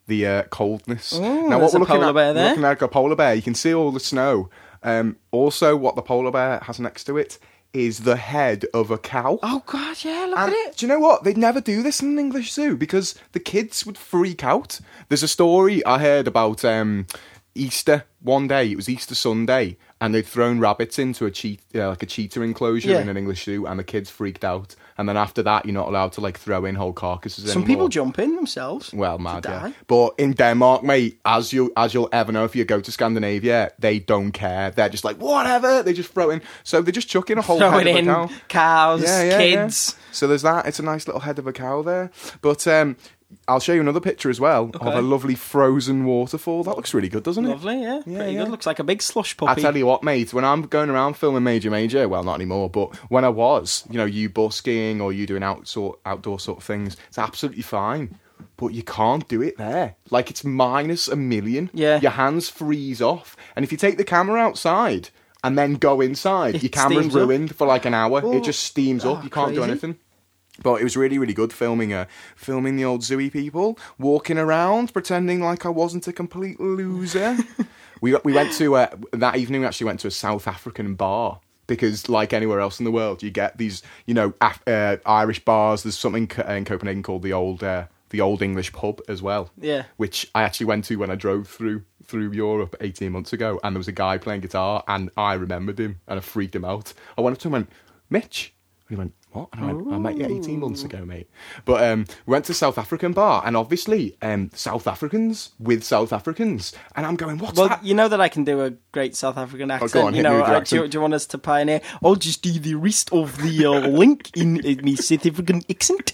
Speaker 1: the uh, coldness.
Speaker 2: there's a polar
Speaker 1: at,
Speaker 2: bear
Speaker 1: we're
Speaker 2: there.
Speaker 1: looking at a polar bear. You can see all the snow. Um, also, what the polar bear has next to it is the head of a cow.
Speaker 2: Oh god, yeah, look
Speaker 1: And
Speaker 2: at it.
Speaker 1: do you know what? They'd never do this in an English zoo because the kids would freak out. There's a story I heard about um, Easter one day. It was Easter Sunday, and they'd thrown rabbits into a cheat, uh, like a cheetah enclosure
Speaker 2: Yeah.
Speaker 1: in an English zoo, and the kids freaked out. And then after that, you're not allowed to like throw in whole carcasses.
Speaker 2: Some
Speaker 1: anymore.
Speaker 2: people jump in themselves.
Speaker 1: Well,
Speaker 2: to
Speaker 1: mad, yeah.
Speaker 2: die.
Speaker 1: But in Denmark, mate, as you as you'll ever know if you go to Scandinavia, they don't care. They're just like whatever. They just throw in. So they just chuck in a whole
Speaker 2: Throw
Speaker 1: head
Speaker 2: it
Speaker 1: of a
Speaker 2: in
Speaker 1: cow.
Speaker 2: cows,
Speaker 1: Yeah, yeah, yeah.
Speaker 2: kids.
Speaker 1: So there's that. It's a nice little head of a cow there. But um, I'll show you another picture as well of
Speaker 2: Okay.
Speaker 1: a lovely frozen waterfall. That looks really good, doesn't it?
Speaker 2: Lovely, yeah.
Speaker 1: Yeah,
Speaker 2: Pretty
Speaker 1: yeah.
Speaker 2: good. Looks like a big slush
Speaker 1: I
Speaker 2: puppy.
Speaker 1: tell you what, mate, when I'm going around filming Major Major, well, not anymore, but when I was, you know, you busking or you doing outdoor, outdoor sort of things, it's absolutely fine. But you can't do it there. Like, it's minus a million.
Speaker 2: Yeah.
Speaker 1: Your hands freeze off. And if you take the camera outside and then go inside,
Speaker 2: It
Speaker 1: your camera's
Speaker 2: steams up.
Speaker 1: ruined for like an hour.
Speaker 2: Well,
Speaker 1: it just steams up.
Speaker 2: ah,
Speaker 1: You can't do
Speaker 2: crazy.
Speaker 1: anything. But it was really, really good filming uh, filming the old Zooey people walking around, pretending like I wasn't a complete loser. we we went to uh, that evening. We actually went to a South African bar because, like anywhere else in the world, you get these you know Af- uh, Irish bars. There's something co- in Copenhagen called the old uh, the old English pub as well.
Speaker 2: Yeah.
Speaker 1: which I actually went to when I drove through through Europe 18 months ago, and there was a guy playing guitar, and I remembered him, and I freaked him out. I went up to him and went, Mitch. And he went, what? And I went, I met you 18 months ago, mate. But um, we went to South African bar, and obviously, um, South Africans with South Africans. And I'm going, what's
Speaker 2: Well,
Speaker 1: that?
Speaker 2: you know that I can do a great South African accent.
Speaker 1: Oh, on,
Speaker 2: you
Speaker 1: hit me
Speaker 2: know,
Speaker 1: with your
Speaker 2: uh, do, you,
Speaker 1: accent.
Speaker 2: do you want us to pioneer? I'll just do the rest of the uh, link in, in my South African accent.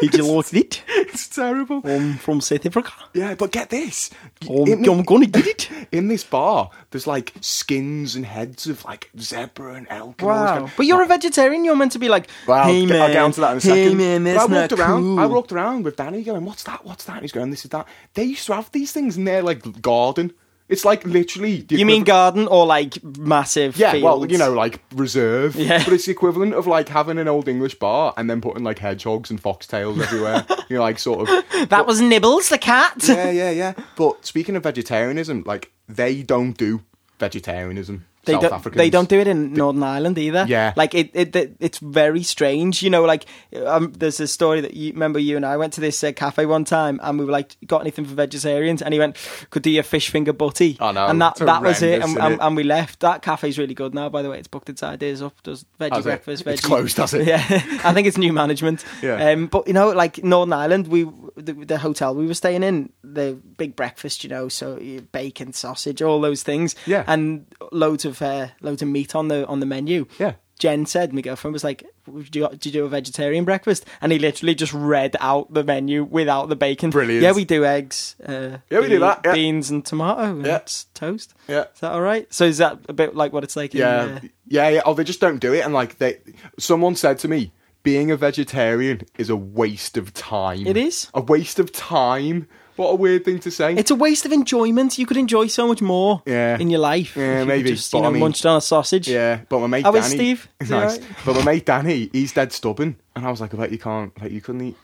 Speaker 2: Did you like that?
Speaker 1: It's terrible.
Speaker 2: I'm from South Africa.
Speaker 1: Yeah, but get this. In
Speaker 2: I'm,
Speaker 1: the-
Speaker 2: I'm gonna get it.
Speaker 1: in this bar, there's like skins and heads of like zebra and elk. and all this kind
Speaker 2: Wow.
Speaker 1: of-
Speaker 2: But you're a vegetarian. You're meant to be like,
Speaker 1: Well,
Speaker 2: hey
Speaker 1: I'll,
Speaker 2: man,
Speaker 1: get, I'll get onto that in a second.
Speaker 2: Hey man,
Speaker 1: But
Speaker 2: that's
Speaker 1: I walked
Speaker 2: not
Speaker 1: around.
Speaker 2: cool.
Speaker 1: I walked around with Danny, going, "What's that? What's that?" And he's going, "This is that." They used to have these things in their like garden. It's like literally. the
Speaker 2: You mean
Speaker 1: equivalent-
Speaker 2: garden or like massive?
Speaker 1: Yeah,
Speaker 2: fields?
Speaker 1: well, you know, like reserve.
Speaker 2: Yeah.
Speaker 1: But it's the equivalent of like having an old English bar and then putting like hedgehogs and foxtails everywhere. you know, like sort of.
Speaker 2: that was Nibbles the cat.
Speaker 1: Yeah, yeah, yeah. But speaking of vegetarianism, like they don't do vegetarianism.
Speaker 2: They
Speaker 1: South
Speaker 2: don't.
Speaker 1: Africans.
Speaker 2: They don't do it in Northern Ireland either.
Speaker 1: Yeah.
Speaker 2: like it, it, it- It's very strange. You know, like um, there's a story that you remember. You and I went to this uh, cafe one time, and we were like, "Got anything for vegetarians?" And he went, "Could do your fish finger butty."
Speaker 1: Oh, no,
Speaker 2: And that
Speaker 1: it's
Speaker 2: that was it.
Speaker 1: horrendous,
Speaker 2: And,
Speaker 1: isn't
Speaker 2: and,
Speaker 1: it?
Speaker 2: and we left. That cafe's really good now. By the way, it's booked its ideas up. Does veggie
Speaker 1: Has it?
Speaker 2: breakfast?
Speaker 1: It's
Speaker 2: veggie-
Speaker 1: closed, has it?
Speaker 2: Yeah, I think it's new management.
Speaker 1: Yeah.
Speaker 2: Um, but you know, like Northern Ireland, we the, the hotel we were staying in, the big breakfast, you know, so uh, bacon, sausage, all those things.
Speaker 1: Yeah.
Speaker 2: And loads of uh, loads of meat on the on the menu.
Speaker 1: Yeah.
Speaker 2: Jen said, my girlfriend was like, "Did you, did you do a vegetarian breakfast?" And he literally just read out the menu without the bacon.
Speaker 1: Brilliant.
Speaker 2: Yeah, we do eggs. Uh,
Speaker 1: Yeah, we do that, yeah.
Speaker 2: Beans and tomato. And
Speaker 1: Yeah.
Speaker 2: it's toast.
Speaker 1: Yeah.
Speaker 2: Is that all right? So is that a bit like what it's like? In,
Speaker 1: Yeah,
Speaker 2: uh,
Speaker 1: yeah, yeah. Oh, they just don't do it. And like, they, someone said to me, being a vegetarian is a waste of time.
Speaker 2: It is.
Speaker 1: a waste of time. What a weird thing to say.
Speaker 2: It's a waste of enjoyment. You could enjoy so much more
Speaker 1: Yeah.
Speaker 2: in your life.
Speaker 1: Yeah,
Speaker 2: if you
Speaker 1: maybe,
Speaker 2: Just, you
Speaker 1: but
Speaker 2: know,
Speaker 1: I mean-
Speaker 2: munched on a sausage.
Speaker 1: yeah, but my mate
Speaker 2: How
Speaker 1: Danny,
Speaker 2: is Steve? Is he
Speaker 1: nice.
Speaker 2: alright?
Speaker 1: But my mate Danny, he's dead stubborn, and I was like, I bet you can't, like, you couldn't eat,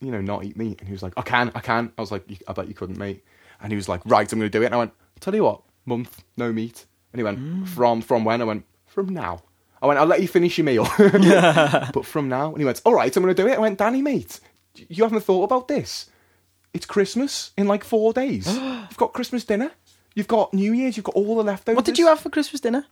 Speaker 1: you know, not eat meat. And he was like, I can, I can. I was like, "You- I bet you couldn't, mate. And he was like, right, I'm going to do it. And I went, tell you what, month, no meat. And he went,
Speaker 2: Mm.
Speaker 1: from, from when? I went, from now. I went, I'll let you finish your meal. but from now, and he went, all right, I'm going to do it. I went, Danny, mate, you haven't thought about this. It's Christmas in like four days. You've got Christmas dinner. You've got New Year's. You've got all the leftovers.
Speaker 2: What did you have for Christmas dinner?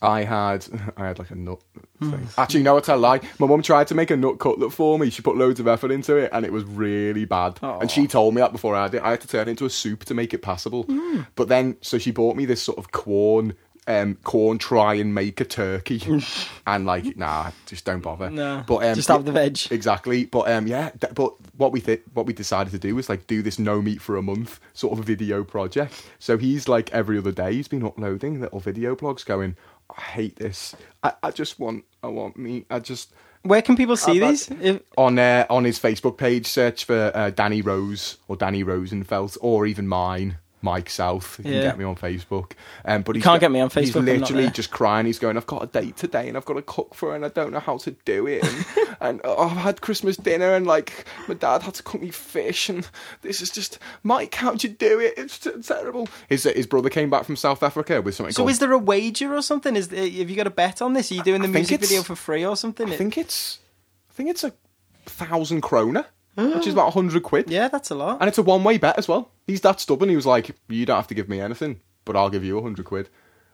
Speaker 1: I had I had like a nut thing. Actually, no, it's a lie. My mum tried to make a nut cutlet for me. She put loads of effort into it, and it was really bad. And she told me that before I had it. I had to turn it into a soup to make it passable. But then, so she bought me this sort of corn. Um, corn try and make a turkey and like nah just don't bother
Speaker 2: No,
Speaker 1: but um,
Speaker 2: just have the veg.
Speaker 1: exactly but um yeah th- but what we th- what we decided to do was like do this no meat for a month sort of video project so he's like every other day he's been uploading little video blogs going i hate this i, I just want i want meat i just
Speaker 2: Where can people see
Speaker 1: I've had-
Speaker 2: these? If-
Speaker 1: on uh, on his facebook page search for uh, danny rose or danny rosenfeld or even mine Mike South, you can
Speaker 2: Yeah.
Speaker 1: get me on Facebook. Um, but he's
Speaker 2: can't
Speaker 1: go-
Speaker 2: get me on
Speaker 1: He's
Speaker 2: Facebook, I'm not
Speaker 1: literally
Speaker 2: there.
Speaker 1: just crying. He's going, "I've got a date today, and I've got to cook for, her and I don't know how to do it. And, and oh, I've had Christmas dinner, and like my dad had to cook me fish, and this is just Mike. How'd you do it? It's t- terrible." His uh, his brother came back from South Africa with something.
Speaker 2: so
Speaker 1: called,
Speaker 2: is there a wager or something? Is there, have you got a bet on this? Are you doing the
Speaker 1: I think
Speaker 2: music
Speaker 1: it's-
Speaker 2: video for free or something?
Speaker 1: I think it's I think it's a thousand kroner, which is about a hundred quid.
Speaker 2: Oh. yeah, that's a lot.
Speaker 1: And it's a one way bet as well. He's that stubborn. He was like, You don't have to give me anything, but I'll give you a hundred quid.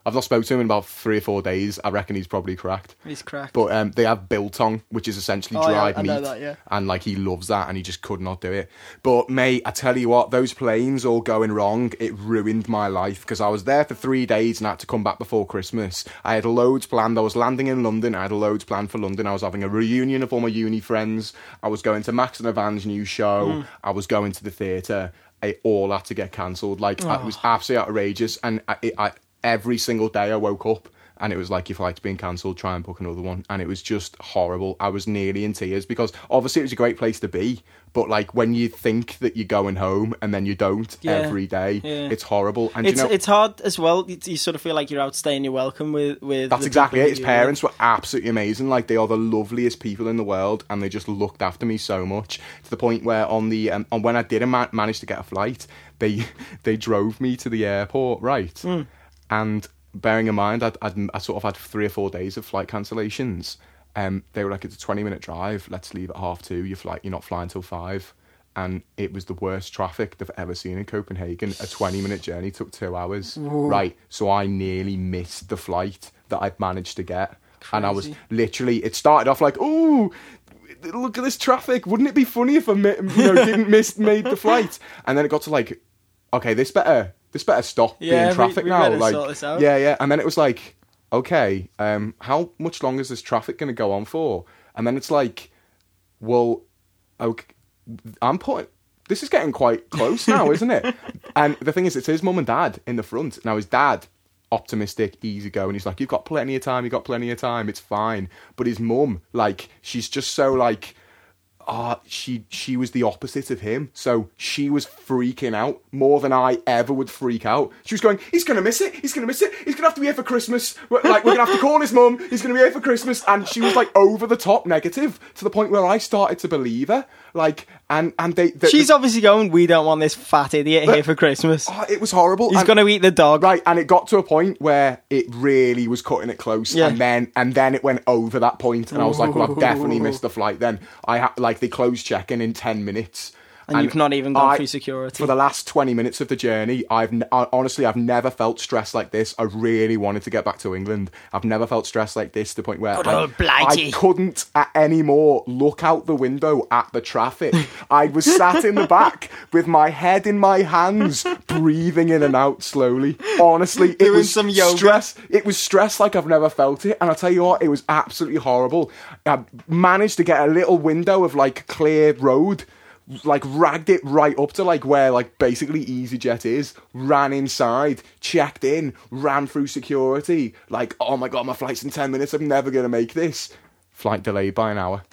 Speaker 1: I've not spoken to him in about three or four days. I reckon he's probably cracked.
Speaker 2: He's cracked.
Speaker 1: But um, they have biltong, which is essentially
Speaker 2: Oh, yeah,
Speaker 1: dried
Speaker 2: I
Speaker 1: meat.
Speaker 2: know that, yeah.
Speaker 1: And like he loves that and he just could not do it. But mate, I tell you what, those planes all going wrong, it ruined my life because I was there for three days and I had to come back before Christmas. I had loads planned. I was landing in London. I had loads planned for London. I was having a reunion of all my uni friends. I was going to Max and Ivan's new show.
Speaker 2: Hmm.
Speaker 1: I was going to the theatre. It all had to get cancelled. Like
Speaker 2: Oh.
Speaker 1: it was absolutely outrageous. And I, it, I, every single day I woke up and it was like your flight's been cancelled try and book another one and it was just horrible i was nearly in tears because obviously it was a great place to be but like when you think that you're going home and then you don't
Speaker 2: Yeah.
Speaker 1: every day
Speaker 2: Yeah.
Speaker 1: it's horrible and do
Speaker 2: it's
Speaker 1: you know
Speaker 2: it's hard as well. You, you sort of feel like you're outstaying your welcome with with.
Speaker 1: that's
Speaker 2: the
Speaker 1: exactly
Speaker 2: people
Speaker 1: it. His
Speaker 2: you-
Speaker 1: parents were absolutely amazing. Like they are the loveliest people in the world, and they just looked after me so much to the point where on the um, on when I didn't ma- manage to get a flight, they they drove me to the airport, right?
Speaker 2: Hmm.
Speaker 1: And bearing in mind, I'd, I'd I sort of had three or four days of flight cancellations. Um, they were like, "It's a twenty-minute drive. Let's leave at half two. Your flight, you're not flying till five. And it was the worst traffic they've ever seen in Copenhagen. A 20 minute journey took two hours. Right. So I nearly missed the flight that I'd managed to get. And I was
Speaker 2: Crazy.
Speaker 1: literally, it started off like, ooh, look at this traffic. Wouldn't it be funny if I mi- you know, didn't miss, made the flight? And then it got to like, okay, this better, this better stop
Speaker 2: Yeah,
Speaker 1: being
Speaker 2: we-
Speaker 1: traffic
Speaker 2: we
Speaker 1: now.
Speaker 2: better
Speaker 1: like,
Speaker 2: sort this out.
Speaker 1: yeah, yeah. And then it was like, okay, um, how much longer is this traffic going to go on for? And then it's like, well, okay, I'm putting. This is getting quite close now, isn't it? And the thing is, it's his mum and dad in the front. Now his dad, optimistic, easy go, and he's like, "You've got plenty of time. You've got plenty of time. It's fine." But his mum, like, she's just so like. Ah, she she was the opposite of him. So she was freaking out more than I ever would freak out. She was going, "He's gonna miss it. He's gonna miss it. He's gonna have to be here for Christmas. We're, like we're gonna have to call his mum. He's gonna be here for Christmas." And she was like over the top negative to the point where I started to believe her. Like, and and they, the,
Speaker 2: She's
Speaker 1: the-
Speaker 2: obviously going, we don't want this fat idiot here for Christmas.
Speaker 1: oh, it was horrible.
Speaker 2: He's
Speaker 1: and-
Speaker 2: going to eat the dog.
Speaker 1: Right, and it got to a point where it really was cutting it close,
Speaker 2: Yeah.
Speaker 1: and then and then it went over that point, and I was like, "Well, I've definitely missed the flight." Then I ha- like they closed check-in in ten minutes,
Speaker 2: And you've not even gone
Speaker 1: I-
Speaker 2: through security.
Speaker 1: for the last twenty minutes of the journey. I've n- I, honestly, I've never felt stressed like this. I really wanted to get back to England. I've never felt stressed like this to the point where I,
Speaker 2: old Blighty.
Speaker 1: I couldn't at any more look out the window at the traffic. I was sat in the back with my head in my hands, breathing in and out slowly. Honestly, it
Speaker 2: Doing
Speaker 1: was
Speaker 2: some yoga.
Speaker 1: stress. It was stress like I've never felt it. And I'll tell you what, it was absolutely horrible. I managed to get a little window of like clear road. Like ragged it right up to like where like basically EasyJet is, ran inside, checked in, ran through security, like, oh my god, my flight's in ten minutes, I'm never gonna make this. Flight delayed by an hour.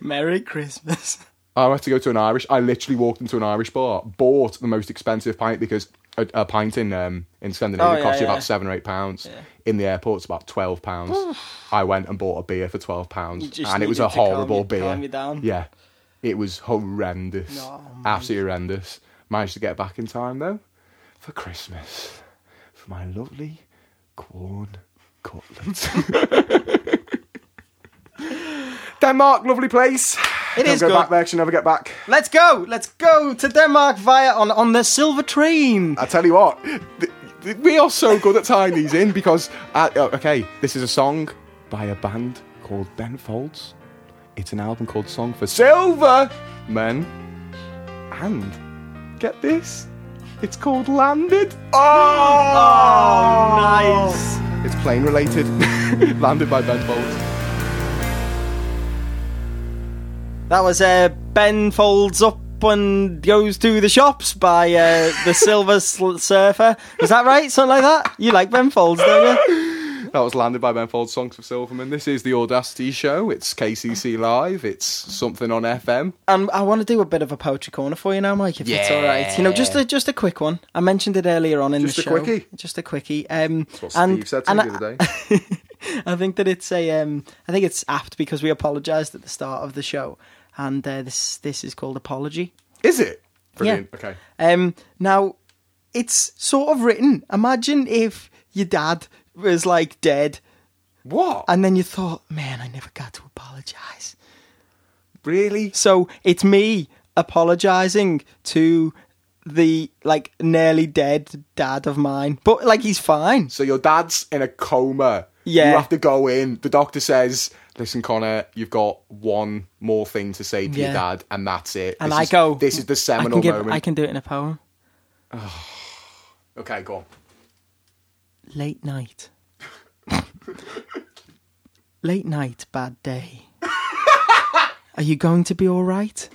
Speaker 2: Merry Christmas.
Speaker 1: I had to go to an Irish. I literally walked into an Irish bar, bought the most expensive pint because a, a pint in um, in Scandinavia
Speaker 2: Oh, yeah,
Speaker 1: costs you
Speaker 2: yeah.
Speaker 1: about seven or eight pounds. In the airport, it's about twelve pounds. I went and bought a beer for twelve pounds,
Speaker 2: just
Speaker 1: and it was a
Speaker 2: needed to calm
Speaker 1: horrible
Speaker 2: you-
Speaker 1: beer.
Speaker 2: calm you down.
Speaker 1: Yeah, it was horrendous,
Speaker 2: No,
Speaker 1: absolutely horrendous. Managed to get back in time though for Christmas for my lovely corn cutlets. Denmark, lovely place.
Speaker 2: It
Speaker 1: Don't
Speaker 2: is
Speaker 1: go
Speaker 2: good.
Speaker 1: back there. 'cause You'll never get back.
Speaker 2: Let's go. Let's go to Denmark via on, on the silver train.
Speaker 1: I tell you what, th- th- we are so good at tying these in because, uh, oh, okay, this is a song by a band called Ben Folds. It's an album called Song for Silver Men. And get this, it's called Landed. Oh,
Speaker 2: Nice.
Speaker 1: It's plane related. Landed by Ben Folds.
Speaker 2: That was uh, Ben folds up and goes to the shops by uh, the Silver Sl- Surfer. Was that right? Something like that. You like Ben folds, don't you?
Speaker 1: That was Landed by Ben Folds, Songs for Silverman. This is the Audacity Show. It's KCC Live. It's something on FM.
Speaker 2: And I want to do a bit of a poetry corner for you now, Mike, if it's all right. You know, just a just a quick one. I mentioned it earlier on in
Speaker 1: Just
Speaker 2: the
Speaker 1: a
Speaker 2: show.
Speaker 1: quickie?
Speaker 2: Just a quickie. Um,
Speaker 1: That's what
Speaker 2: and,
Speaker 1: Steve said to
Speaker 2: and
Speaker 1: me
Speaker 2: I-
Speaker 1: the other day.
Speaker 2: I think that it's a. Um, I think it's apt because we apologised at the start of the show, and uh, this this is called apology.
Speaker 1: Is it? Brilliant.
Speaker 2: Yeah.
Speaker 1: Okay.
Speaker 2: Um, now, it's sort of written. Imagine if your dad was like dead,
Speaker 1: What?
Speaker 2: and then you thought, "Man, I never got to apologise."
Speaker 1: really?
Speaker 2: So it's me apologising to the like nearly dead dad of mine, but like he's fine.
Speaker 1: So your dad's in a coma.
Speaker 2: Yeah.
Speaker 1: You have to go in. The doctor says, "Listen, Connor, you've got one more thing to say to your
Speaker 2: Yeah.
Speaker 1: dad, and that's it."
Speaker 2: And
Speaker 1: This
Speaker 2: I
Speaker 1: is-
Speaker 2: go.
Speaker 1: This is the
Speaker 2: I
Speaker 1: seminal
Speaker 2: can give.
Speaker 1: moment.
Speaker 2: I can do it in a poem.
Speaker 1: Okay, go on.
Speaker 2: Late night. Late night, bad day. Are you going to be all right?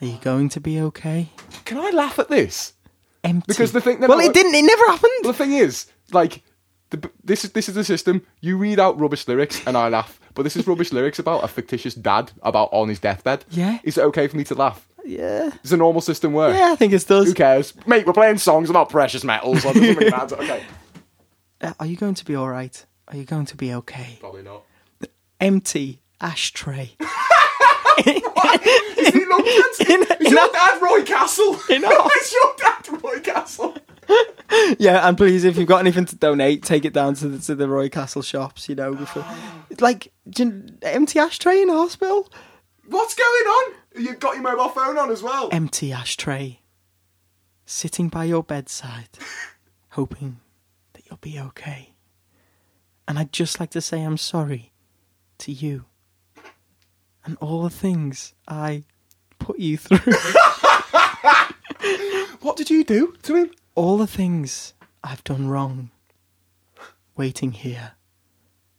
Speaker 2: Are you going to be okay?
Speaker 1: Can I laugh at this?
Speaker 2: Empty.
Speaker 1: Because the thing- no, uh,
Speaker 2: well,
Speaker 1: no,
Speaker 2: it didn't. It never
Speaker 1: Well,
Speaker 2: happened.
Speaker 1: the thing is, like, the, this is this is the system. You read out rubbish lyrics, and I laugh. But this is rubbish lyrics about a fictitious dad about on his deathbed.
Speaker 2: Yeah.
Speaker 1: Is it okay for me to laugh?
Speaker 2: Yeah.
Speaker 1: Does the normal system work?
Speaker 2: Yeah, I think it does.
Speaker 1: Who cares, mate? We're playing songs about precious metals. Like, doesn't really matter. Okay.
Speaker 2: Uh, Are you going to be all right? Are you going to be okay?
Speaker 1: Probably not.
Speaker 2: Empty ashtray.
Speaker 1: Is he Long Pants?
Speaker 2: In-
Speaker 1: Is
Speaker 2: in
Speaker 1: your
Speaker 2: a-
Speaker 1: dad Roy Castle?
Speaker 2: In a-
Speaker 1: Is your dad Roy Castle?
Speaker 2: yeah, and please, if you've got anything to donate, take it down to the, to the Roy Castle shops. You know, before like do you- empty ashtray in a hospital.
Speaker 1: What's going on? You've got your mobile phone on as well.
Speaker 2: empty ashtray, sitting by your bedside, hoping that you'll be okay. And I'd just like to say I'm sorry to you and all the things I put you through,
Speaker 1: What did you do to him?
Speaker 2: all the things I've done wrong, waiting here,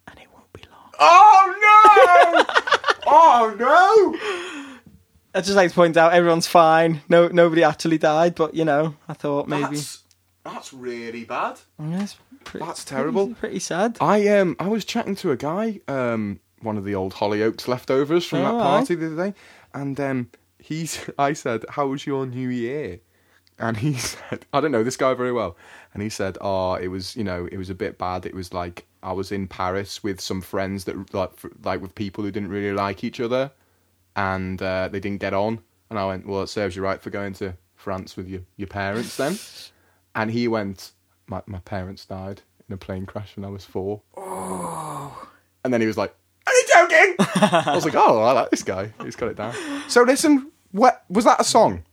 Speaker 2: and it won't be long.
Speaker 1: Oh no! oh no!
Speaker 2: I'd just like to point out everyone's fine. No, nobody actually died, but you know, I thought maybe.
Speaker 1: That's, that's really bad.
Speaker 2: Yeah, it's pretty-
Speaker 1: that's terrible.
Speaker 2: Pretty sad.
Speaker 1: I um I was chatting to a guy, um, one of the old Hollyoaks leftovers from that
Speaker 2: Oh, aye.
Speaker 1: party the other day, and um, he's I said, "How was your New Year?" And he said, "I don't know this guy very well," and he said, "Oh, it was you know it was a bit bad. It was like I was in Paris with some friends that like fr- like with people who didn't really like each other." and uh, they didn't get on. And I went, well, it serves you right for going to France with your, your parents then. And he went, my, my parents died in a plane crash when I was four. Oh. And then he was like, are you joking? I was like, oh, I like this guy. He's got it down. So listen, what was that a song?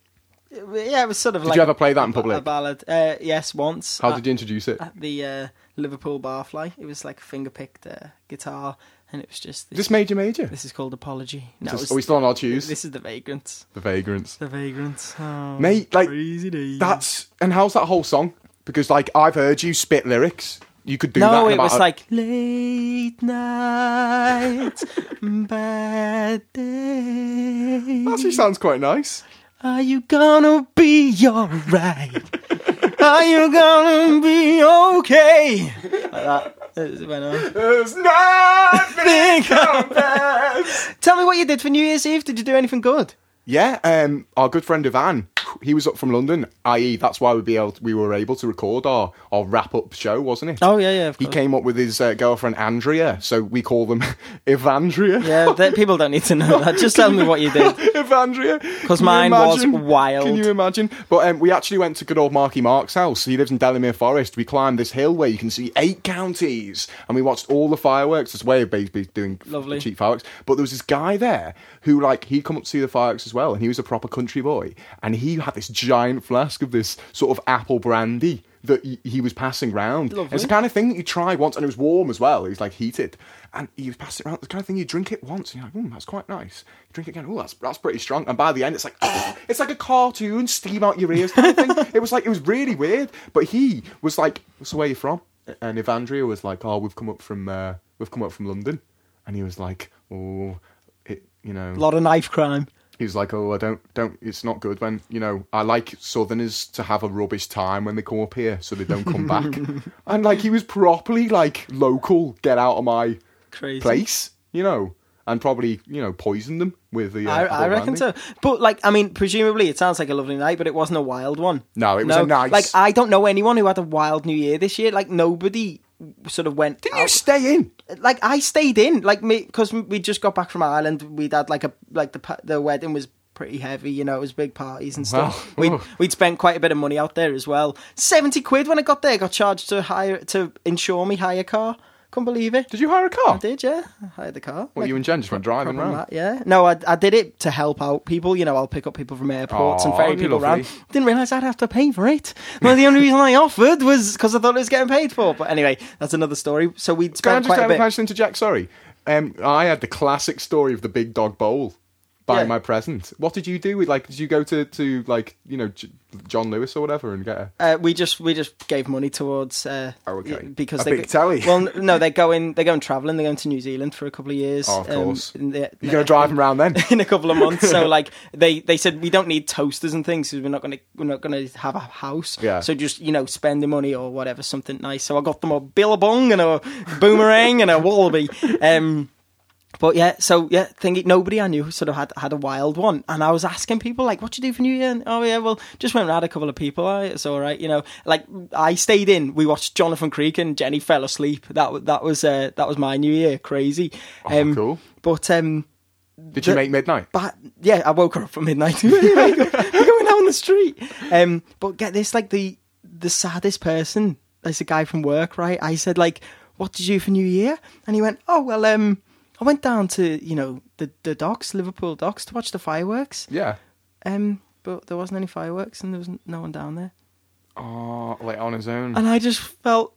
Speaker 2: Yeah, it was sort of
Speaker 1: Did
Speaker 2: like
Speaker 1: you ever play that in
Speaker 2: a, a
Speaker 1: public?
Speaker 2: ballad. Uh, yes, once.
Speaker 1: How
Speaker 2: at,
Speaker 1: did you introduce it?
Speaker 2: at the uh, Liverpool Barfly? It was like finger picked uh, guitar, and it was just this.
Speaker 1: Is this major major?
Speaker 2: this is called apology. No,
Speaker 1: Is this-
Speaker 2: it's-
Speaker 1: are we still on our tues?
Speaker 2: this is the vagrants.
Speaker 1: the vagrants.
Speaker 2: The vagrants. Oh,
Speaker 1: Mate, like,
Speaker 2: crazy days.
Speaker 1: That's and how's that whole song? Because like I've heard you spit lyrics. You could do that.
Speaker 2: no,
Speaker 1: in
Speaker 2: it
Speaker 1: about
Speaker 2: was
Speaker 1: a-
Speaker 2: like late night, bad
Speaker 1: That
Speaker 2: day.
Speaker 1: actually sounds quite nice.
Speaker 2: Are you gonna be alright? Are you gonna be okay? Like that. It went on.
Speaker 1: There's nothing.
Speaker 2: Tell me what you did for New Year's Eve. Did you do anything good?
Speaker 1: yeah, um, our good friend Ivan, he was up from London. I.e., that's why we be able we were able to record our our wrap up show, wasn't it?
Speaker 2: Oh yeah, yeah. Of
Speaker 1: He came up with his uh, girlfriend Andrea, so we call them Evandria.
Speaker 2: Yeah, that, people don't need to know that. Just tell me what you did.
Speaker 1: Evandria. Because
Speaker 2: mine was wild.
Speaker 1: Can you imagine? But um, we actually went to good old Marky Mark's house. He lives in Delamere Forest. We climbed this hill where you can see eight counties, and we watched all the fireworks. It's way of basically doing f-
Speaker 2: Lovely.
Speaker 1: cheap fireworks. But there was this guy there who, like, he'd come up to see the fireworks as well, and he was a proper country boy, and he had this giant flask of this sort of apple brandy. That he- he was passing round.
Speaker 2: Lovely.
Speaker 1: It's the kind of thing that you try once, and it was warm as well. It was like heated, and you pass it around. The kind of thing you drink it once, and you're like, "Mm, that's quite nice." You drink it again. Oh, that's that's pretty strong. And by the end, it's like it's like a cartoon steam out your ears kind of thing. it was like it was really weird. But he was like, "So where are you from?" And Evandria was like, "Oh, we've come up from uh, we've come up from London," and he was like, "Oh, it, you know."
Speaker 2: A lot of knife crime.
Speaker 1: He was like, "Oh, I don't, don't. It's not good when you know. I like Southerners to have a rubbish time when they come up here, so they don't come back." And like, he was properly like local. Get out of my
Speaker 2: Crazy.
Speaker 1: place, you know, and probably you know poisoned them with the. Uh,
Speaker 2: I, I
Speaker 1: apple
Speaker 2: reckon
Speaker 1: brandy.
Speaker 2: so. But like, I mean, presumably it sounds like a lovely night, but it wasn't a wild one.
Speaker 1: No, it was a nice-
Speaker 2: Like, I don't know anyone who had a wild New Year this year. Like, nobody sort of went.
Speaker 1: Didn't
Speaker 2: out.
Speaker 1: you stay in?
Speaker 2: like I stayed in, like me, because we just got back from Ireland. We'd had like a like the pa- the wedding was pretty heavy, you know, it was big parties and stuff.
Speaker 1: Wow.
Speaker 2: We'd we'd spent quite a bit of money out there as well. Seventy quid when I got there, I got charged to hire to insure me hire a car. Couldn't believe it.
Speaker 1: Did you hire a car?
Speaker 2: I did, yeah. I hired the car.
Speaker 1: Well,
Speaker 2: Like,
Speaker 1: you and Jen just went driving
Speaker 2: from
Speaker 1: around.
Speaker 2: that, yeah. No, I, I did it to help out people. You know, I'll pick up people from airports and
Speaker 1: Aw,
Speaker 2: ferry
Speaker 1: you're
Speaker 2: people
Speaker 1: lovely.
Speaker 2: around. Didn't realise I'd have to pay for it. Well, the only reason I offered was because I thought it was getting paid for. But anyway, that's another story. So we'd
Speaker 1: Can I
Speaker 2: spent
Speaker 1: just
Speaker 2: quite a
Speaker 1: can
Speaker 2: bit.
Speaker 1: I just interject? Sorry, um, I had the classic story of the big dog bowl. Buying
Speaker 2: Yeah.
Speaker 1: my present. What did you do with like? Did you go to to like you know J- John Lewis or whatever and get a?
Speaker 2: Uh, we just we just gave money towards uh,
Speaker 1: Oh, okay.
Speaker 2: because
Speaker 1: A
Speaker 2: they
Speaker 1: big tally.
Speaker 2: well n- no they're going they're going traveling they're going to New Zealand for a couple of years Um,
Speaker 1: Oh, of course.
Speaker 2: in the-
Speaker 1: You're gonna drive him around then.
Speaker 2: in a couple of months so like they they said we don't need toasters and things because we're not gonna we're not gonna have a house
Speaker 1: Yeah.
Speaker 2: so just you know spending money or whatever something nice so I got them a billabong and a boomerang and a wallaby um but yeah, so yeah, thinking nobody I knew sort of had had a wild one, and I was asking people like, "What do you do for New Year?" And, oh yeah, well, just went round a couple of people. all right, it's all right, you know. Like I stayed in. We watched Jonathan Creek, and Jenny fell asleep. That wa- that was uh, that was my New Year. Crazy.
Speaker 1: Oh, cool.
Speaker 2: But um,
Speaker 1: Did you
Speaker 2: The-
Speaker 1: make midnight?
Speaker 2: but yeah, I woke her up at midnight. We're going down the street. Um, but get this, like the the saddest person is a guy from work, right? I said like, "What did you do for New Year?" And he went, "Oh well, um, I went down to you know the the docks, Liverpool docks, to watch the fireworks.
Speaker 1: Yeah.
Speaker 2: Um, but there wasn't any fireworks, and there was no one down there.
Speaker 1: Oh, like on his own.
Speaker 2: And I just felt,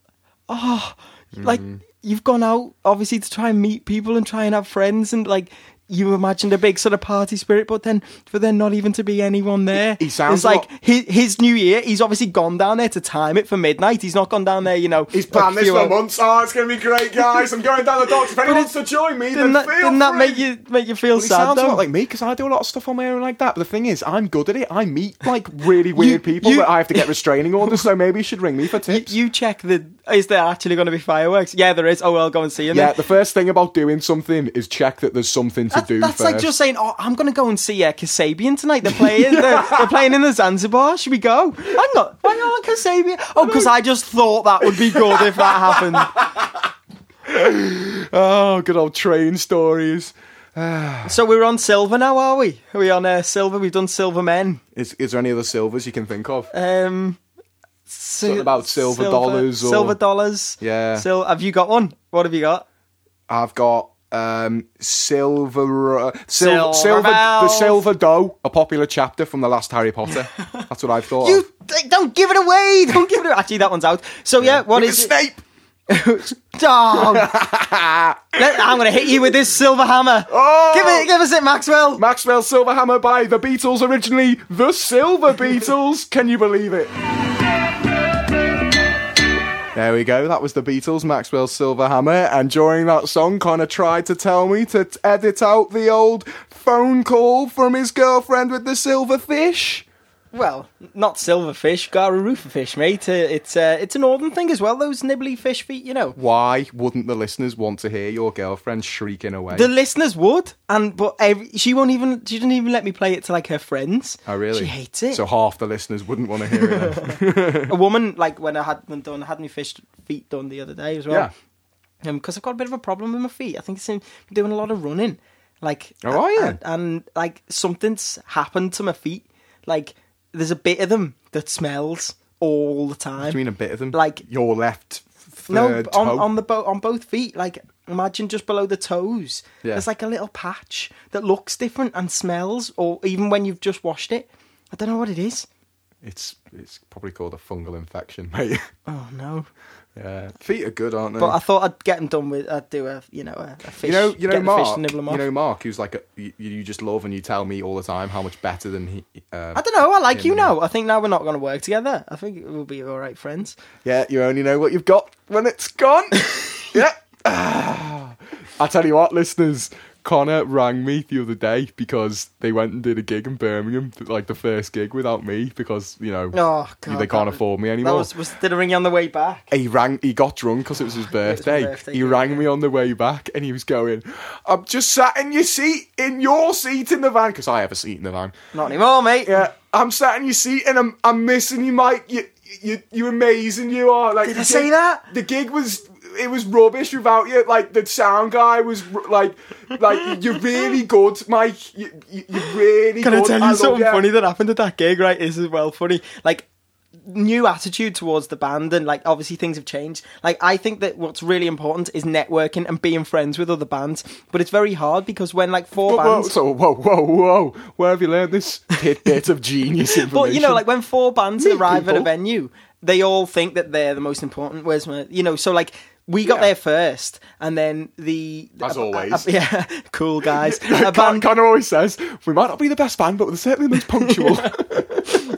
Speaker 2: oh, like
Speaker 1: Mm-hmm.
Speaker 2: you've gone out obviously to try and meet people and try and have friends and like you imagined a big sort of party spirit, but then for there not even to be anyone there.
Speaker 1: He- he sounds
Speaker 2: it's
Speaker 1: a
Speaker 2: like
Speaker 1: lot-
Speaker 2: his, his New Year. He's obviously gone down there to time it for midnight. He's not gone down there, you uh, know.
Speaker 1: He's
Speaker 2: a
Speaker 1: planned this
Speaker 2: few
Speaker 1: for
Speaker 2: hours-
Speaker 1: months. Oh, it's gonna be great, guys. I'm going down the docks. If anyone wants to join me, then
Speaker 2: Didn't that,
Speaker 1: feel
Speaker 2: didn't that
Speaker 1: free.
Speaker 2: make you make you feel
Speaker 1: Well, It
Speaker 2: sad?
Speaker 1: sounds a
Speaker 2: Though?
Speaker 1: lot like me because I do a lot of stuff on my own like that. But the thing is, I'm good at it. I meet like really weird people
Speaker 2: you-
Speaker 1: that I have to get restraining orders. So maybe you should ring me for tips.
Speaker 2: you check the is there actually going to be fireworks? Yeah, there is. Oh well, go and see. And
Speaker 1: yeah,
Speaker 2: then-
Speaker 1: the first thing about doing something is check that there's something to
Speaker 2: That's,
Speaker 1: do.
Speaker 2: that's
Speaker 1: first.
Speaker 2: like just saying, "Oh, I'm going to go and see uh, Kasabian tonight. They're playing. They're, they're playing in the Zanzibar. Should we go? Hang on, hang on, Kasabian. Oh, because I just thought that would be good if that happened.
Speaker 1: oh, good old train stories.
Speaker 2: So we're on silver now, are we? Are we on uh, silver? We've done silver men.
Speaker 1: Is, is there any other silvers you can think of?
Speaker 2: Um, Something
Speaker 1: about silver dollars or-
Speaker 2: Silver dollars.
Speaker 1: Yeah.
Speaker 2: Sil- have you got one? What have you got?
Speaker 1: I've got um, silver, uh, silver,
Speaker 2: Silver
Speaker 1: silver, the
Speaker 2: bells.
Speaker 1: silver dough, a popular chapter from the last Harry Potter. That's what I've thought. of.
Speaker 2: You d- don't give it away. Don't give it. away. Actually, that one's out. So yeah, what
Speaker 1: It
Speaker 2: is
Speaker 1: was Snape?
Speaker 2: it? Dog. Let- I'm gonna hit you with this silver hammer.
Speaker 1: Oh!
Speaker 2: Give it. Give us it, Maxwell.
Speaker 1: Maxwell Silverhammer by the Beatles, originally the Silver Beatles. Can you believe it? There we go. That was the Beatles, Maxwell Silverhammer. And during that song, Connor tried to tell me to t- edit out the old phone call from his girlfriend with the silverfish.
Speaker 2: well, not silverfish, garufa fish, mate. Uh, It's uh, it's an northern thing as well. Those nibbly fish feet, you know.
Speaker 1: Why wouldn't the listeners want to hear your girlfriend shrieking away?
Speaker 2: The listeners would, and but every, she won't even. She didn't even let me play it to like her friends.
Speaker 1: oh, really?
Speaker 2: She hates it.
Speaker 1: So half the listeners wouldn't want to hear it. then.
Speaker 2: a woman like when I had them done, I had my fish feet done the other day as well.
Speaker 1: Yeah.
Speaker 2: Yeah. Because I've got a bit of a problem with my feet. I think it's in doing a lot of running. Like,
Speaker 1: Oh, are you?
Speaker 2: And, and, like something's happened to my feet. Like there's a bit of them that smells all the time.
Speaker 1: Do you mean a bit of them?
Speaker 2: Like-
Speaker 1: your left third
Speaker 2: no, um, on,
Speaker 1: toe?
Speaker 2: on the bo- on both feet. Like imagine just below the toes.
Speaker 1: Yeah.
Speaker 2: There's like a little patch that looks different and smells, or even when you've just washed it. I don't know what it is.
Speaker 1: It's it's probably called a fungal infection, mate.
Speaker 2: Oh no.
Speaker 1: yeah, feet are good, aren't they?
Speaker 2: But I thought I'd get them done with. I'd do a you know a, a fish.
Speaker 1: you know, you
Speaker 2: get
Speaker 1: know,
Speaker 2: the
Speaker 1: Mark.
Speaker 2: Fish to nibble them
Speaker 1: you
Speaker 2: off.
Speaker 1: know, Mark, who's like a, you, you just love, and you tell me all the time how much better than he. Uh,
Speaker 2: I don't know. I like
Speaker 1: him
Speaker 2: you
Speaker 1: and him.
Speaker 2: now. I think now we're not going to work together. I think we'll be all right friends.
Speaker 1: Yeah, you only know what you've got when it's gone. yeah. Ah. I tell you what, listeners. Connor rang me the other day because they went and did a gig in Birmingham, like the first gig without me, because you know
Speaker 2: Oh god,
Speaker 1: they
Speaker 2: that
Speaker 1: can't
Speaker 2: was-
Speaker 1: afford me
Speaker 2: That
Speaker 1: anymore.
Speaker 2: was, was did I ring you on the way back?
Speaker 1: he rang he got drunk because it was his
Speaker 2: was
Speaker 1: birthday.
Speaker 2: birthday,
Speaker 1: he
Speaker 2: yeah.
Speaker 1: rang me on the way back and he was going i'm just sat in your seat in your seat in the van because i have a seat in the van
Speaker 2: Not anymore, mate.
Speaker 1: yeah i'm sat in your seat and i'm i'm missing you mike you you you're amazing you are like
Speaker 2: Did
Speaker 1: the
Speaker 2: I say that?
Speaker 1: the gig was it was rubbish without you like the sound guy was r- like like you're really good mike you, you, you're really
Speaker 2: Can
Speaker 1: good
Speaker 2: I tell
Speaker 1: love
Speaker 2: you something
Speaker 1: ya."
Speaker 2: funny that happened at that gig? Right, this is well funny. Like new attitude towards the band, and like obviously things have changed. Like I think that what's really important is networking and being friends with other bands, but it's very hard because when like four
Speaker 1: Whoa, whoa,
Speaker 2: bands.
Speaker 1: so whoa, whoa, whoa! Where have you learned this tidbit of genius information?
Speaker 2: But you know, like when four bands
Speaker 1: Meet
Speaker 2: arrive at a
Speaker 1: people.
Speaker 2: venue, they all think that they're the most important. Where's my, you know, so like we got
Speaker 1: Yeah.
Speaker 2: there first, and then the
Speaker 1: As
Speaker 2: a- a-
Speaker 1: always.
Speaker 2: a- yeah, cool guys.
Speaker 1: Con-
Speaker 2: a band,
Speaker 1: Connor always says, we might not be the best band, but we're certainly the most punctual.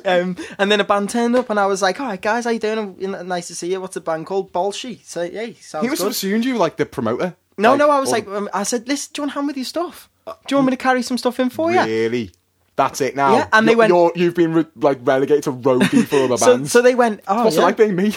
Speaker 2: um, and then a band turned up, and I was like, "All right, guys, how you doing? You know, Nice to see you. What's the band called? Bolshe." So yeah, sounds
Speaker 1: he was
Speaker 2: good.
Speaker 1: assumed you were, like the promoter.
Speaker 2: no, no, I was
Speaker 1: or
Speaker 2: like,
Speaker 1: the-
Speaker 2: um, I said, "Listen, do you want to hand with your stuff? Do you want me to carry some stuff in for you?"
Speaker 1: really? That's it now.
Speaker 2: Oh, Yeah, and they
Speaker 1: You're-
Speaker 2: went-
Speaker 1: You're, you've been re- like relegated to roadie for other
Speaker 2: So,
Speaker 1: bands.
Speaker 2: so they went. Oh,
Speaker 1: What's
Speaker 2: yeah.
Speaker 1: it like being me?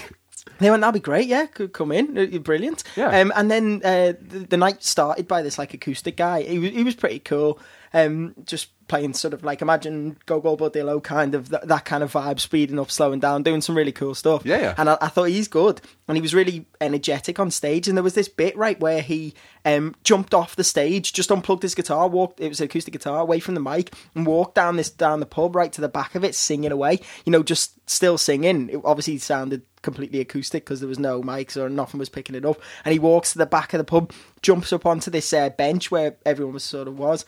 Speaker 2: They went, that'd be great, yeah, could come in, uh, you're brilliant.
Speaker 1: Yeah.
Speaker 2: Um, and then uh, the, the night started by this like acoustic guy. He was, he was pretty cool, um, just playing sort of like imagine Gogol Bordillo kind of th- that kind of vibe, speeding up, slowing down, doing some really cool stuff.
Speaker 1: Yeah, yeah.
Speaker 2: And I, I thought he's good, and he was really energetic on stage. And there was this bit right where he um, jumped off the stage, just unplugged his guitar, walked. It was an acoustic guitar away from the mic, and walked down this down the pub right to the back of it, singing away. You know, just still singing. It obviously sounded completely acoustic because there was no mics or nothing was picking it up. And he walks to the back of the pub, jumps up onto this uh, bench where everyone was sort of was.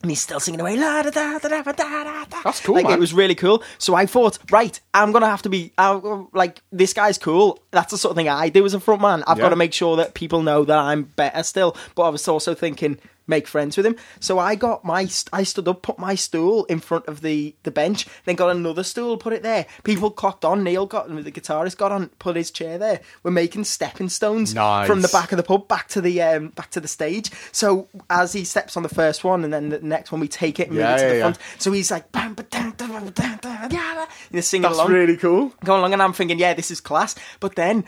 Speaker 2: And he's still singing away. La, da, da, da, da, da, da, da.
Speaker 1: That's cool,
Speaker 2: Like
Speaker 1: man.
Speaker 2: it was really cool. So I thought, right, I'm gonna have to be uh, like this guy's cool. That's the sort of thing I do as a front man. I've
Speaker 1: Yeah.
Speaker 2: got to make sure that people know that I'm better still. But I was also thinking make friends with him. So I got my st- I stood up, put my stool in front of the the bench, then got another stool, put it there. People clocked on. Neil got the guitarist got on, put his chair there. We're making stepping stones
Speaker 1: Nice.
Speaker 2: from the back of the pub back to the um, back to the stage. So as he steps on the first one and then the next one, we take it and
Speaker 1: Yeah,
Speaker 2: move it to
Speaker 1: yeah,
Speaker 2: the
Speaker 1: yeah.
Speaker 2: front. So he's like, bam, ba, dam, da, ba, dam, da, da, da. You're singing
Speaker 1: That's
Speaker 2: along,
Speaker 1: really cool.
Speaker 2: going along, and I'm thinking, yeah, this is class. But then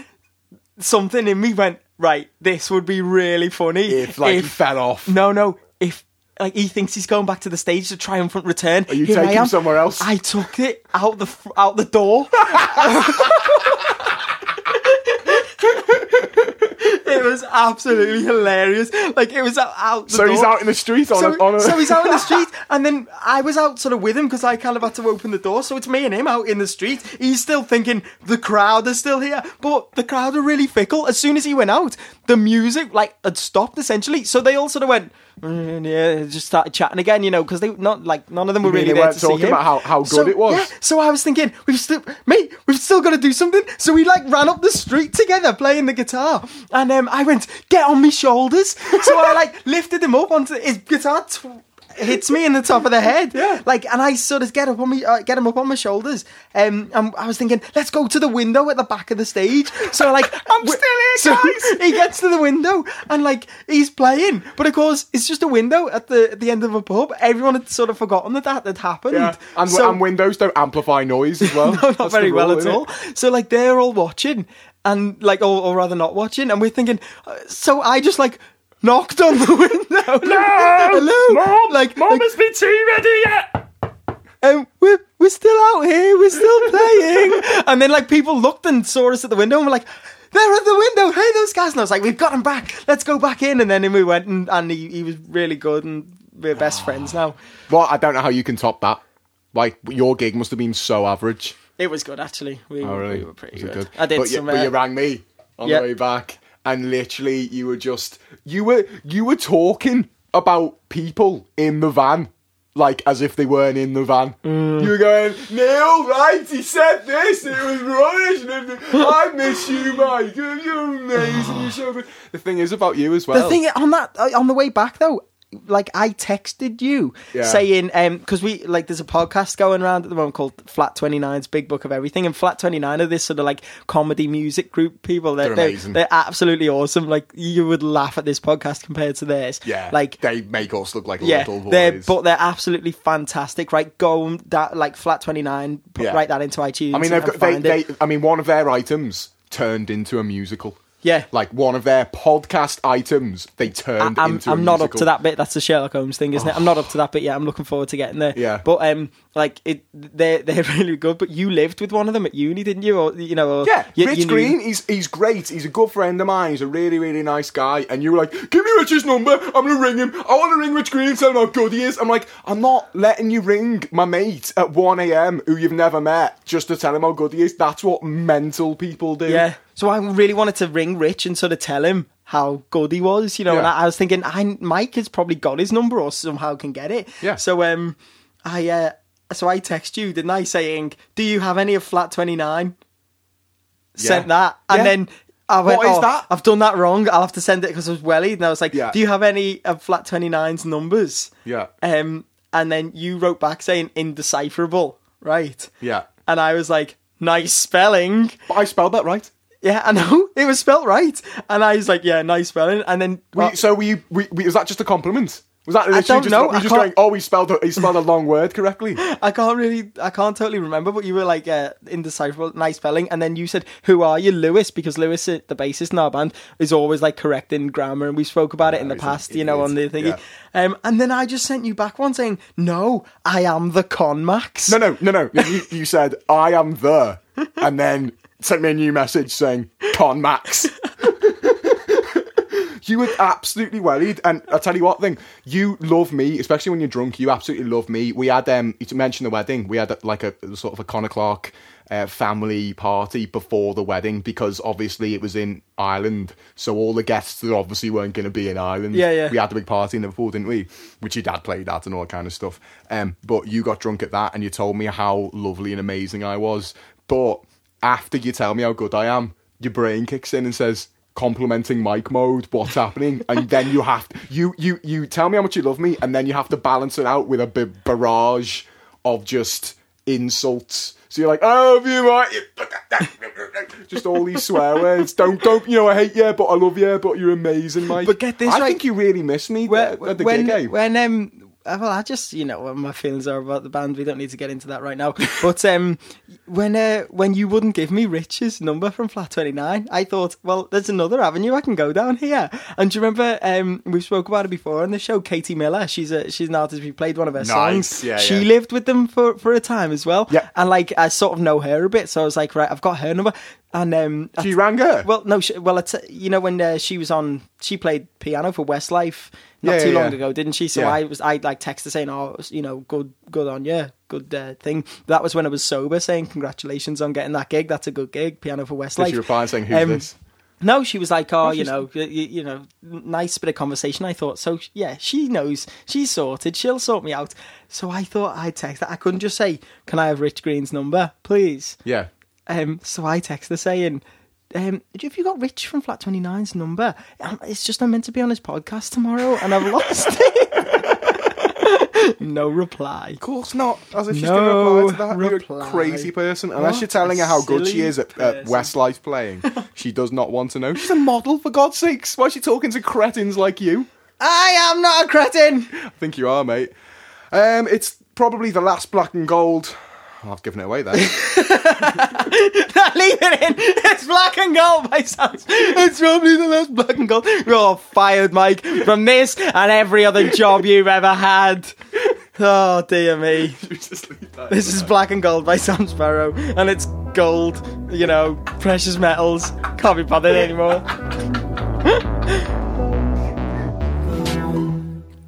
Speaker 2: something in me went, right, this would be really funny
Speaker 1: If like you
Speaker 2: if
Speaker 1: fell off.
Speaker 2: no, no. If like he thinks he's going back to the stage to triumphant return, are
Speaker 1: you take him somewhere else?
Speaker 2: I took it out the f- out the door. it was absolutely hilarious. Like it was out, out the
Speaker 1: So he's
Speaker 2: door.
Speaker 1: out in the street on
Speaker 2: So,
Speaker 1: a, on a
Speaker 2: so he's out in the street, and then I was out sort of with him because I kind of had to open the door. So it's me and him out in the street. He's still thinking the crowd are still here, but the crowd are really fickle. As soon as he went out, the music like had stopped essentially. So they all sort of went, "Mm, yeah, just started chatting again, you know, because they not like none of them were
Speaker 1: mean
Speaker 2: really
Speaker 1: they
Speaker 2: there
Speaker 1: weren't
Speaker 2: to see
Speaker 1: talking
Speaker 2: him.
Speaker 1: about how- how
Speaker 2: So,
Speaker 1: good it was?
Speaker 2: yeah, so I was thinking, we've still, mate, we've still got to do something. So we like ran up the street together playing the guitar, and um, I went, get on me shoulders. So I like lifted him up onto his guitar. Tw- Hits me in the top of the head,
Speaker 1: Yeah.
Speaker 2: Like, and I sort of get up on me, uh, get him up on my shoulders. Um, and I was thinking, let's go to the window at the back of the stage. So, like, I'm
Speaker 1: still here, guys.
Speaker 2: he gets to the window and like he's playing, but of course it's just a window at the at the end of a pub. Everyone had sort of forgotten that that had happened.
Speaker 1: Yeah. And,
Speaker 2: So-
Speaker 1: and windows don't amplify noise as well.
Speaker 2: no, not very well at all. So like they're all watching, and like or, or rather not watching, and we're thinking. uh, So I just like knocked on the window. hello, like, like
Speaker 1: been tea ready yet.
Speaker 2: um, we're, we're still out here, we're still playing. and then, like, people looked and saw us at the window and were like, they're at the window, hey, those guys. And I was like, we've got them back, let's go back in. And then in we went, and, and he, he was really good, and we're best friends now.
Speaker 1: Well, I don't know how you can top that. Like your gig must have been so average.
Speaker 2: It was good, actually. We, we were pretty
Speaker 1: Oh, Was it
Speaker 2: good. I did
Speaker 1: but
Speaker 2: some.
Speaker 1: You, but
Speaker 2: uh,
Speaker 1: you rang me on
Speaker 2: yeah.
Speaker 1: the way back, and literally, you were just you were you were talking about people in the van. Like as if they weren't in the van.
Speaker 2: Mm.
Speaker 1: You were going, Neil, right? He said this. It was rubbish. and it- I miss you, Mike. You're amazing. You're so good. The thing is about you as well.
Speaker 2: The thing on that uh, on the way back though, like I texted you
Speaker 1: Yeah.
Speaker 2: saying um because we like there's a podcast going around at the moment called Flat 29's Big Book of Everything and Flat 29 are this sort of like comedy music group people they're
Speaker 1: They're
Speaker 2: they're,
Speaker 1: amazing.
Speaker 2: they're absolutely awesome like you would laugh at this podcast compared to theirs
Speaker 1: yeah,
Speaker 2: like
Speaker 1: they make us look like
Speaker 2: yeah,
Speaker 1: little boys.
Speaker 2: they're but they're absolutely fantastic. Right, go and that like flat twenty nine.
Speaker 1: Yeah.
Speaker 2: Write that into iTunes.
Speaker 1: I mean, they've
Speaker 2: and
Speaker 1: got, they,
Speaker 2: find it.
Speaker 1: they, I mean, one of their items turned into a musical.
Speaker 2: Yeah.
Speaker 1: like one of their podcast items, they turned.
Speaker 2: I'm,
Speaker 1: into a
Speaker 2: I'm not up
Speaker 1: musical.
Speaker 2: to that bit. That's the Sherlock Holmes thing, isn't it? I'm not up to that bit yet. I'm looking forward to getting there.
Speaker 1: Yeah.
Speaker 2: But um, like it, they're they're really good. But you lived with one of them at uni, didn't you? Or you know, or
Speaker 1: Yeah,
Speaker 2: you-
Speaker 1: Rich
Speaker 2: you knew-
Speaker 1: Green, he's he's great. He's a good friend of mine. He's a really really nice guy. And you were like, "Give me Rich's number. I'm gonna ring him. I want to ring Rich Green and tell him how good he is." I'm like, "I'm not letting you ring my mate at 1 a.m. who you've never met just to tell him how good he is." That's what mental people do.
Speaker 2: Yeah. So I really wanted to ring Rich and sort of tell him how good he was, you know. And
Speaker 1: Yeah.
Speaker 2: I, I was thinking, I Mike has probably got his number or somehow can get it.
Speaker 1: Yeah.
Speaker 2: So um, I uh, so I text you, didn't I, saying, "Do you have any of Flat 29? Sent that, and
Speaker 1: Yeah.
Speaker 2: then. I went,
Speaker 1: What is
Speaker 2: "Oh,
Speaker 1: that?"
Speaker 2: I've done that wrong. I'll have to send it because it was wellied. And I was like,
Speaker 1: Yeah.
Speaker 2: Do you have any of Flat 29's numbers?
Speaker 1: Yeah.
Speaker 2: Um, and then you wrote back saying indecipherable, right?
Speaker 1: Yeah.
Speaker 2: And I was like, Nice spelling.
Speaker 1: But I spelled that right.
Speaker 2: Yeah, I know. It was spelt right. And I was like, yeah, nice spelling. And then
Speaker 1: We,
Speaker 2: well,
Speaker 1: so we, we, we was that just a compliment? Was that literally
Speaker 2: don't
Speaker 1: just,
Speaker 2: know,
Speaker 1: we
Speaker 2: I
Speaker 1: just going?
Speaker 2: can't-
Speaker 1: Oh, he spelled a, he spelled a long word correctly.
Speaker 2: I can't really, I can't totally remember, but you were like uh, indecipherable, nice spelling. And then you said, who are you, Lewis? Because Lewis, uh, the bassist in our band, is always like correcting grammar. And we spoke about it in the
Speaker 1: he's an
Speaker 2: past, you know, on the
Speaker 1: idiot.
Speaker 2: thingy. Um, and then I just sent you back one saying, no, I am the con max.
Speaker 1: No, no, no, no. You, you said I am the, and then sent me a new message saying Con Max. You were absolutely worried, and I tell you what, thing you love me, especially when you're drunk. You absolutely love me. We had um, you mentioned the wedding. We had like a sort of a Connor Clark uh, family party before the wedding because obviously it was in Ireland, so all the guests that obviously weren't going to be in Ireland.
Speaker 2: Yeah, yeah.
Speaker 1: We had the big party in Liverpool, didn't we? Which your dad played at and all that kind of stuff. Um, but you got drunk at that, and you told me how lovely and amazing I was. But after you tell me how good I am, your brain kicks in and says complimenting Mike mode. What's happening? And then you have to, you you you tell me how much you love me, and then you have to balance it out with a bi- barrage of just insults. So you're like, oh, you are, you- just all these swear words. Don't, don't, you know, I hate you, but I love you, but you're amazing, Mike.
Speaker 2: But get this
Speaker 1: I
Speaker 2: right.
Speaker 1: think you really miss me
Speaker 2: Where-
Speaker 1: at the
Speaker 2: when,
Speaker 1: gig, eh?
Speaker 2: when um uh, well I just you know what my feelings are about the band we don't need to get into that right now but um when uh, when you wouldn't give me Rich's number from flat 29 I thought well there's another avenue I can go down here and do you remember um we spoke about it before on the show Katie Miller she's a she's an artist we played one of her
Speaker 1: Nice,
Speaker 2: songs
Speaker 1: yeah,
Speaker 2: she
Speaker 1: yeah.
Speaker 2: lived with them for for a time as well
Speaker 1: Yeah.
Speaker 2: and like I sort of know her a bit so I was like right I've got her number And um, I
Speaker 1: She rang her.
Speaker 2: Well, no, she, well, it's, you know when uh, she was on, she played piano for Westlife not
Speaker 1: Yeah,
Speaker 2: too
Speaker 1: yeah,
Speaker 2: long
Speaker 1: yeah.
Speaker 2: ago, didn't she? So
Speaker 1: Yeah.
Speaker 2: I was, I like texted saying, "Oh, it was, you know, good, good on you, good uh, thing." That was when I was sober, saying, "Congratulations on getting that gig. That's a good gig, piano for Westlife." Um,
Speaker 1: she reply and saying, "Who's this?"
Speaker 2: No, she was like, "Oh, you know, you, you know, nice bit of conversation." I thought, so yeah, she knows, she's sorted, she'll sort me out. So I thought I'd text her. I couldn't just say, "Can I have Rich Green's number, please?"
Speaker 1: yeah.
Speaker 2: Um, so I text her saying, um, "Have you got Rich from Flat 29's number? Um, It's just I'm meant to be on his podcast tomorrow, and I've lost it." no reply.
Speaker 1: Of course not. As if she's
Speaker 2: No
Speaker 1: going to reply to that. You're
Speaker 2: reply.
Speaker 1: a crazy person. Unless
Speaker 2: What
Speaker 1: you're telling
Speaker 2: a
Speaker 1: her how good she
Speaker 2: silly
Speaker 1: is at, at
Speaker 2: person.
Speaker 1: Westlife playing, she does not want to know. She's a model, for God's sakes. Why is she talking to cretins like you?
Speaker 2: I am not a cretin.
Speaker 1: I think you are, mate. Um, it's probably the last black and gold. Oh, I've given it away there.
Speaker 2: Leave it in. It's black and gold, my sons. It's probably the last black and gold. You're all fired, Mike, from this and every other job you've ever had. Oh dear me.
Speaker 1: You just leave that
Speaker 2: This
Speaker 1: in
Speaker 2: is
Speaker 1: there.
Speaker 2: Black and Gold by Sam Sparrow, and it's gold, you know, precious metals. Can't be bothered anymore.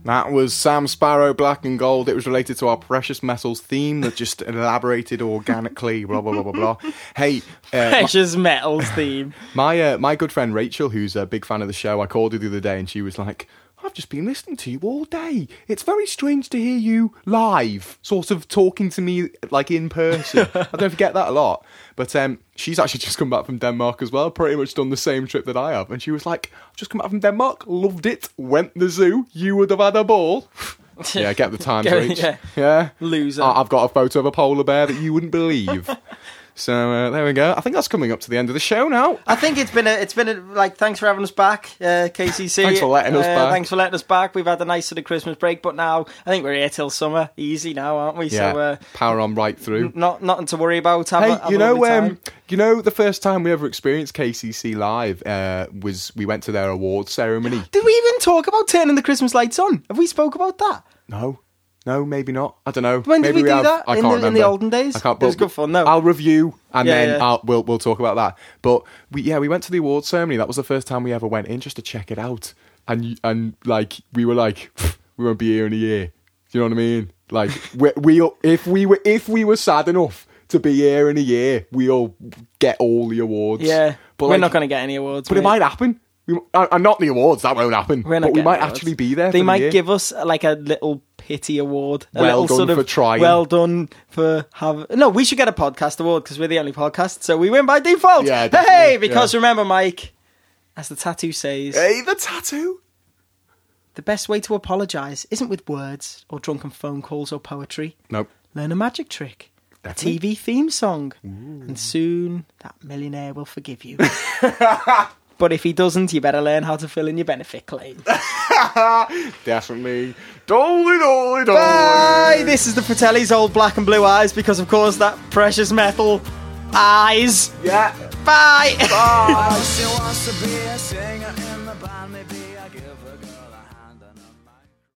Speaker 1: That was Sam Sparrow, Black and Gold. It was related to our precious metals theme that just elaborated organically, blah, blah, blah, blah, blah. Hey, uh,
Speaker 2: Precious metals theme.
Speaker 1: My uh, my good friend Rachel, who's a big fan of the show, I called her the other day and she was like, "I've just been listening to you all day. It's very strange to hear you live, sort of talking to me like in person. I don't forget that a lot." But um, she's actually just come back from Denmark as well. Pretty much done the same trip that I have, and she was like, "I've just come back from Denmark. Loved it. Went the zoo. You would have had a ball." yeah, get the times
Speaker 2: Get-
Speaker 1: reach.
Speaker 2: yeah.
Speaker 1: Yeah.
Speaker 2: Loser.
Speaker 1: I- I've got a photo of a polar bear that you wouldn't believe. So uh, there we go. I think that's coming up to the end of the show now.
Speaker 2: I think it's been a, it's been a, like, thanks for having us back, uh, KCC.
Speaker 1: Thanks for letting us
Speaker 2: Uh,
Speaker 1: back.
Speaker 2: Thanks for letting us back. We've had a nice sort of Christmas break, but now I think we're here till summer. Easy now, aren't we?
Speaker 1: Yeah,
Speaker 2: So, uh,
Speaker 1: power on right through.
Speaker 2: not nothing to worry about. Have
Speaker 1: Hey,
Speaker 2: a, have
Speaker 1: you
Speaker 2: a
Speaker 1: know,
Speaker 2: lovely
Speaker 1: um,
Speaker 2: time.
Speaker 1: you know, the first time we ever experienced KCC live uh, was we went to their awards ceremony.
Speaker 2: Did we even talk about turning the Christmas lights on? Have we spoke about that?
Speaker 1: No, no, maybe not. I don't know.
Speaker 2: When did
Speaker 1: maybe
Speaker 2: we do
Speaker 1: have.
Speaker 2: that?
Speaker 1: I can't
Speaker 2: In the- in
Speaker 1: remember.
Speaker 2: the olden days?
Speaker 1: I can't.
Speaker 2: It was
Speaker 1: but
Speaker 2: good fun, though.
Speaker 1: I'll review and
Speaker 2: Yeah,
Speaker 1: then
Speaker 2: yeah.
Speaker 1: I'll, we'll we'll talk about that. But we yeah, we went to the awards ceremony. That was the first time we ever went in just to check it out. And you- and like we were like we won't be here in a year. Do you know what I mean? Like we, we if we were if we were sad enough to be here in a year, we'll get all the awards.
Speaker 2: Yeah,
Speaker 1: but
Speaker 2: we're
Speaker 1: like,
Speaker 2: not going to get any awards.
Speaker 1: But it
Speaker 2: mate.
Speaker 1: might happen. We, uh, uh, not the awards. That won't happen.
Speaker 2: We're not
Speaker 1: But we
Speaker 2: getting
Speaker 1: might
Speaker 2: awards.
Speaker 1: actually be there.
Speaker 2: They
Speaker 1: for the
Speaker 2: might
Speaker 1: year.
Speaker 2: give us uh, like a little pity award. A
Speaker 1: Well
Speaker 2: little
Speaker 1: done
Speaker 2: sort of
Speaker 1: for trying.
Speaker 2: Well done for have. No, we should get a podcast award because we're the only podcast, so we win by default.
Speaker 1: Yeah,
Speaker 2: hey,
Speaker 1: definitely,
Speaker 2: because
Speaker 1: yeah.
Speaker 2: remember, Mike, as the tattoo says,
Speaker 1: Hey, the tattoo.
Speaker 2: the best way to apologise isn't with words or drunken phone calls or poetry.
Speaker 1: Nope.
Speaker 2: Learn a magic trick. A
Speaker 1: Definitely.
Speaker 2: TV theme song, and soon that millionaire will forgive you. but if he doesn't, you better learn how to fill in your benefit claim.
Speaker 1: Definitely. Dolly, dolly, dolly.
Speaker 2: Bye! This is the Fratelli's old black and blue eyes because, of course, that precious metal eyes.
Speaker 1: Yeah.
Speaker 2: Bye!
Speaker 3: She wants to be a singer in the band, maybe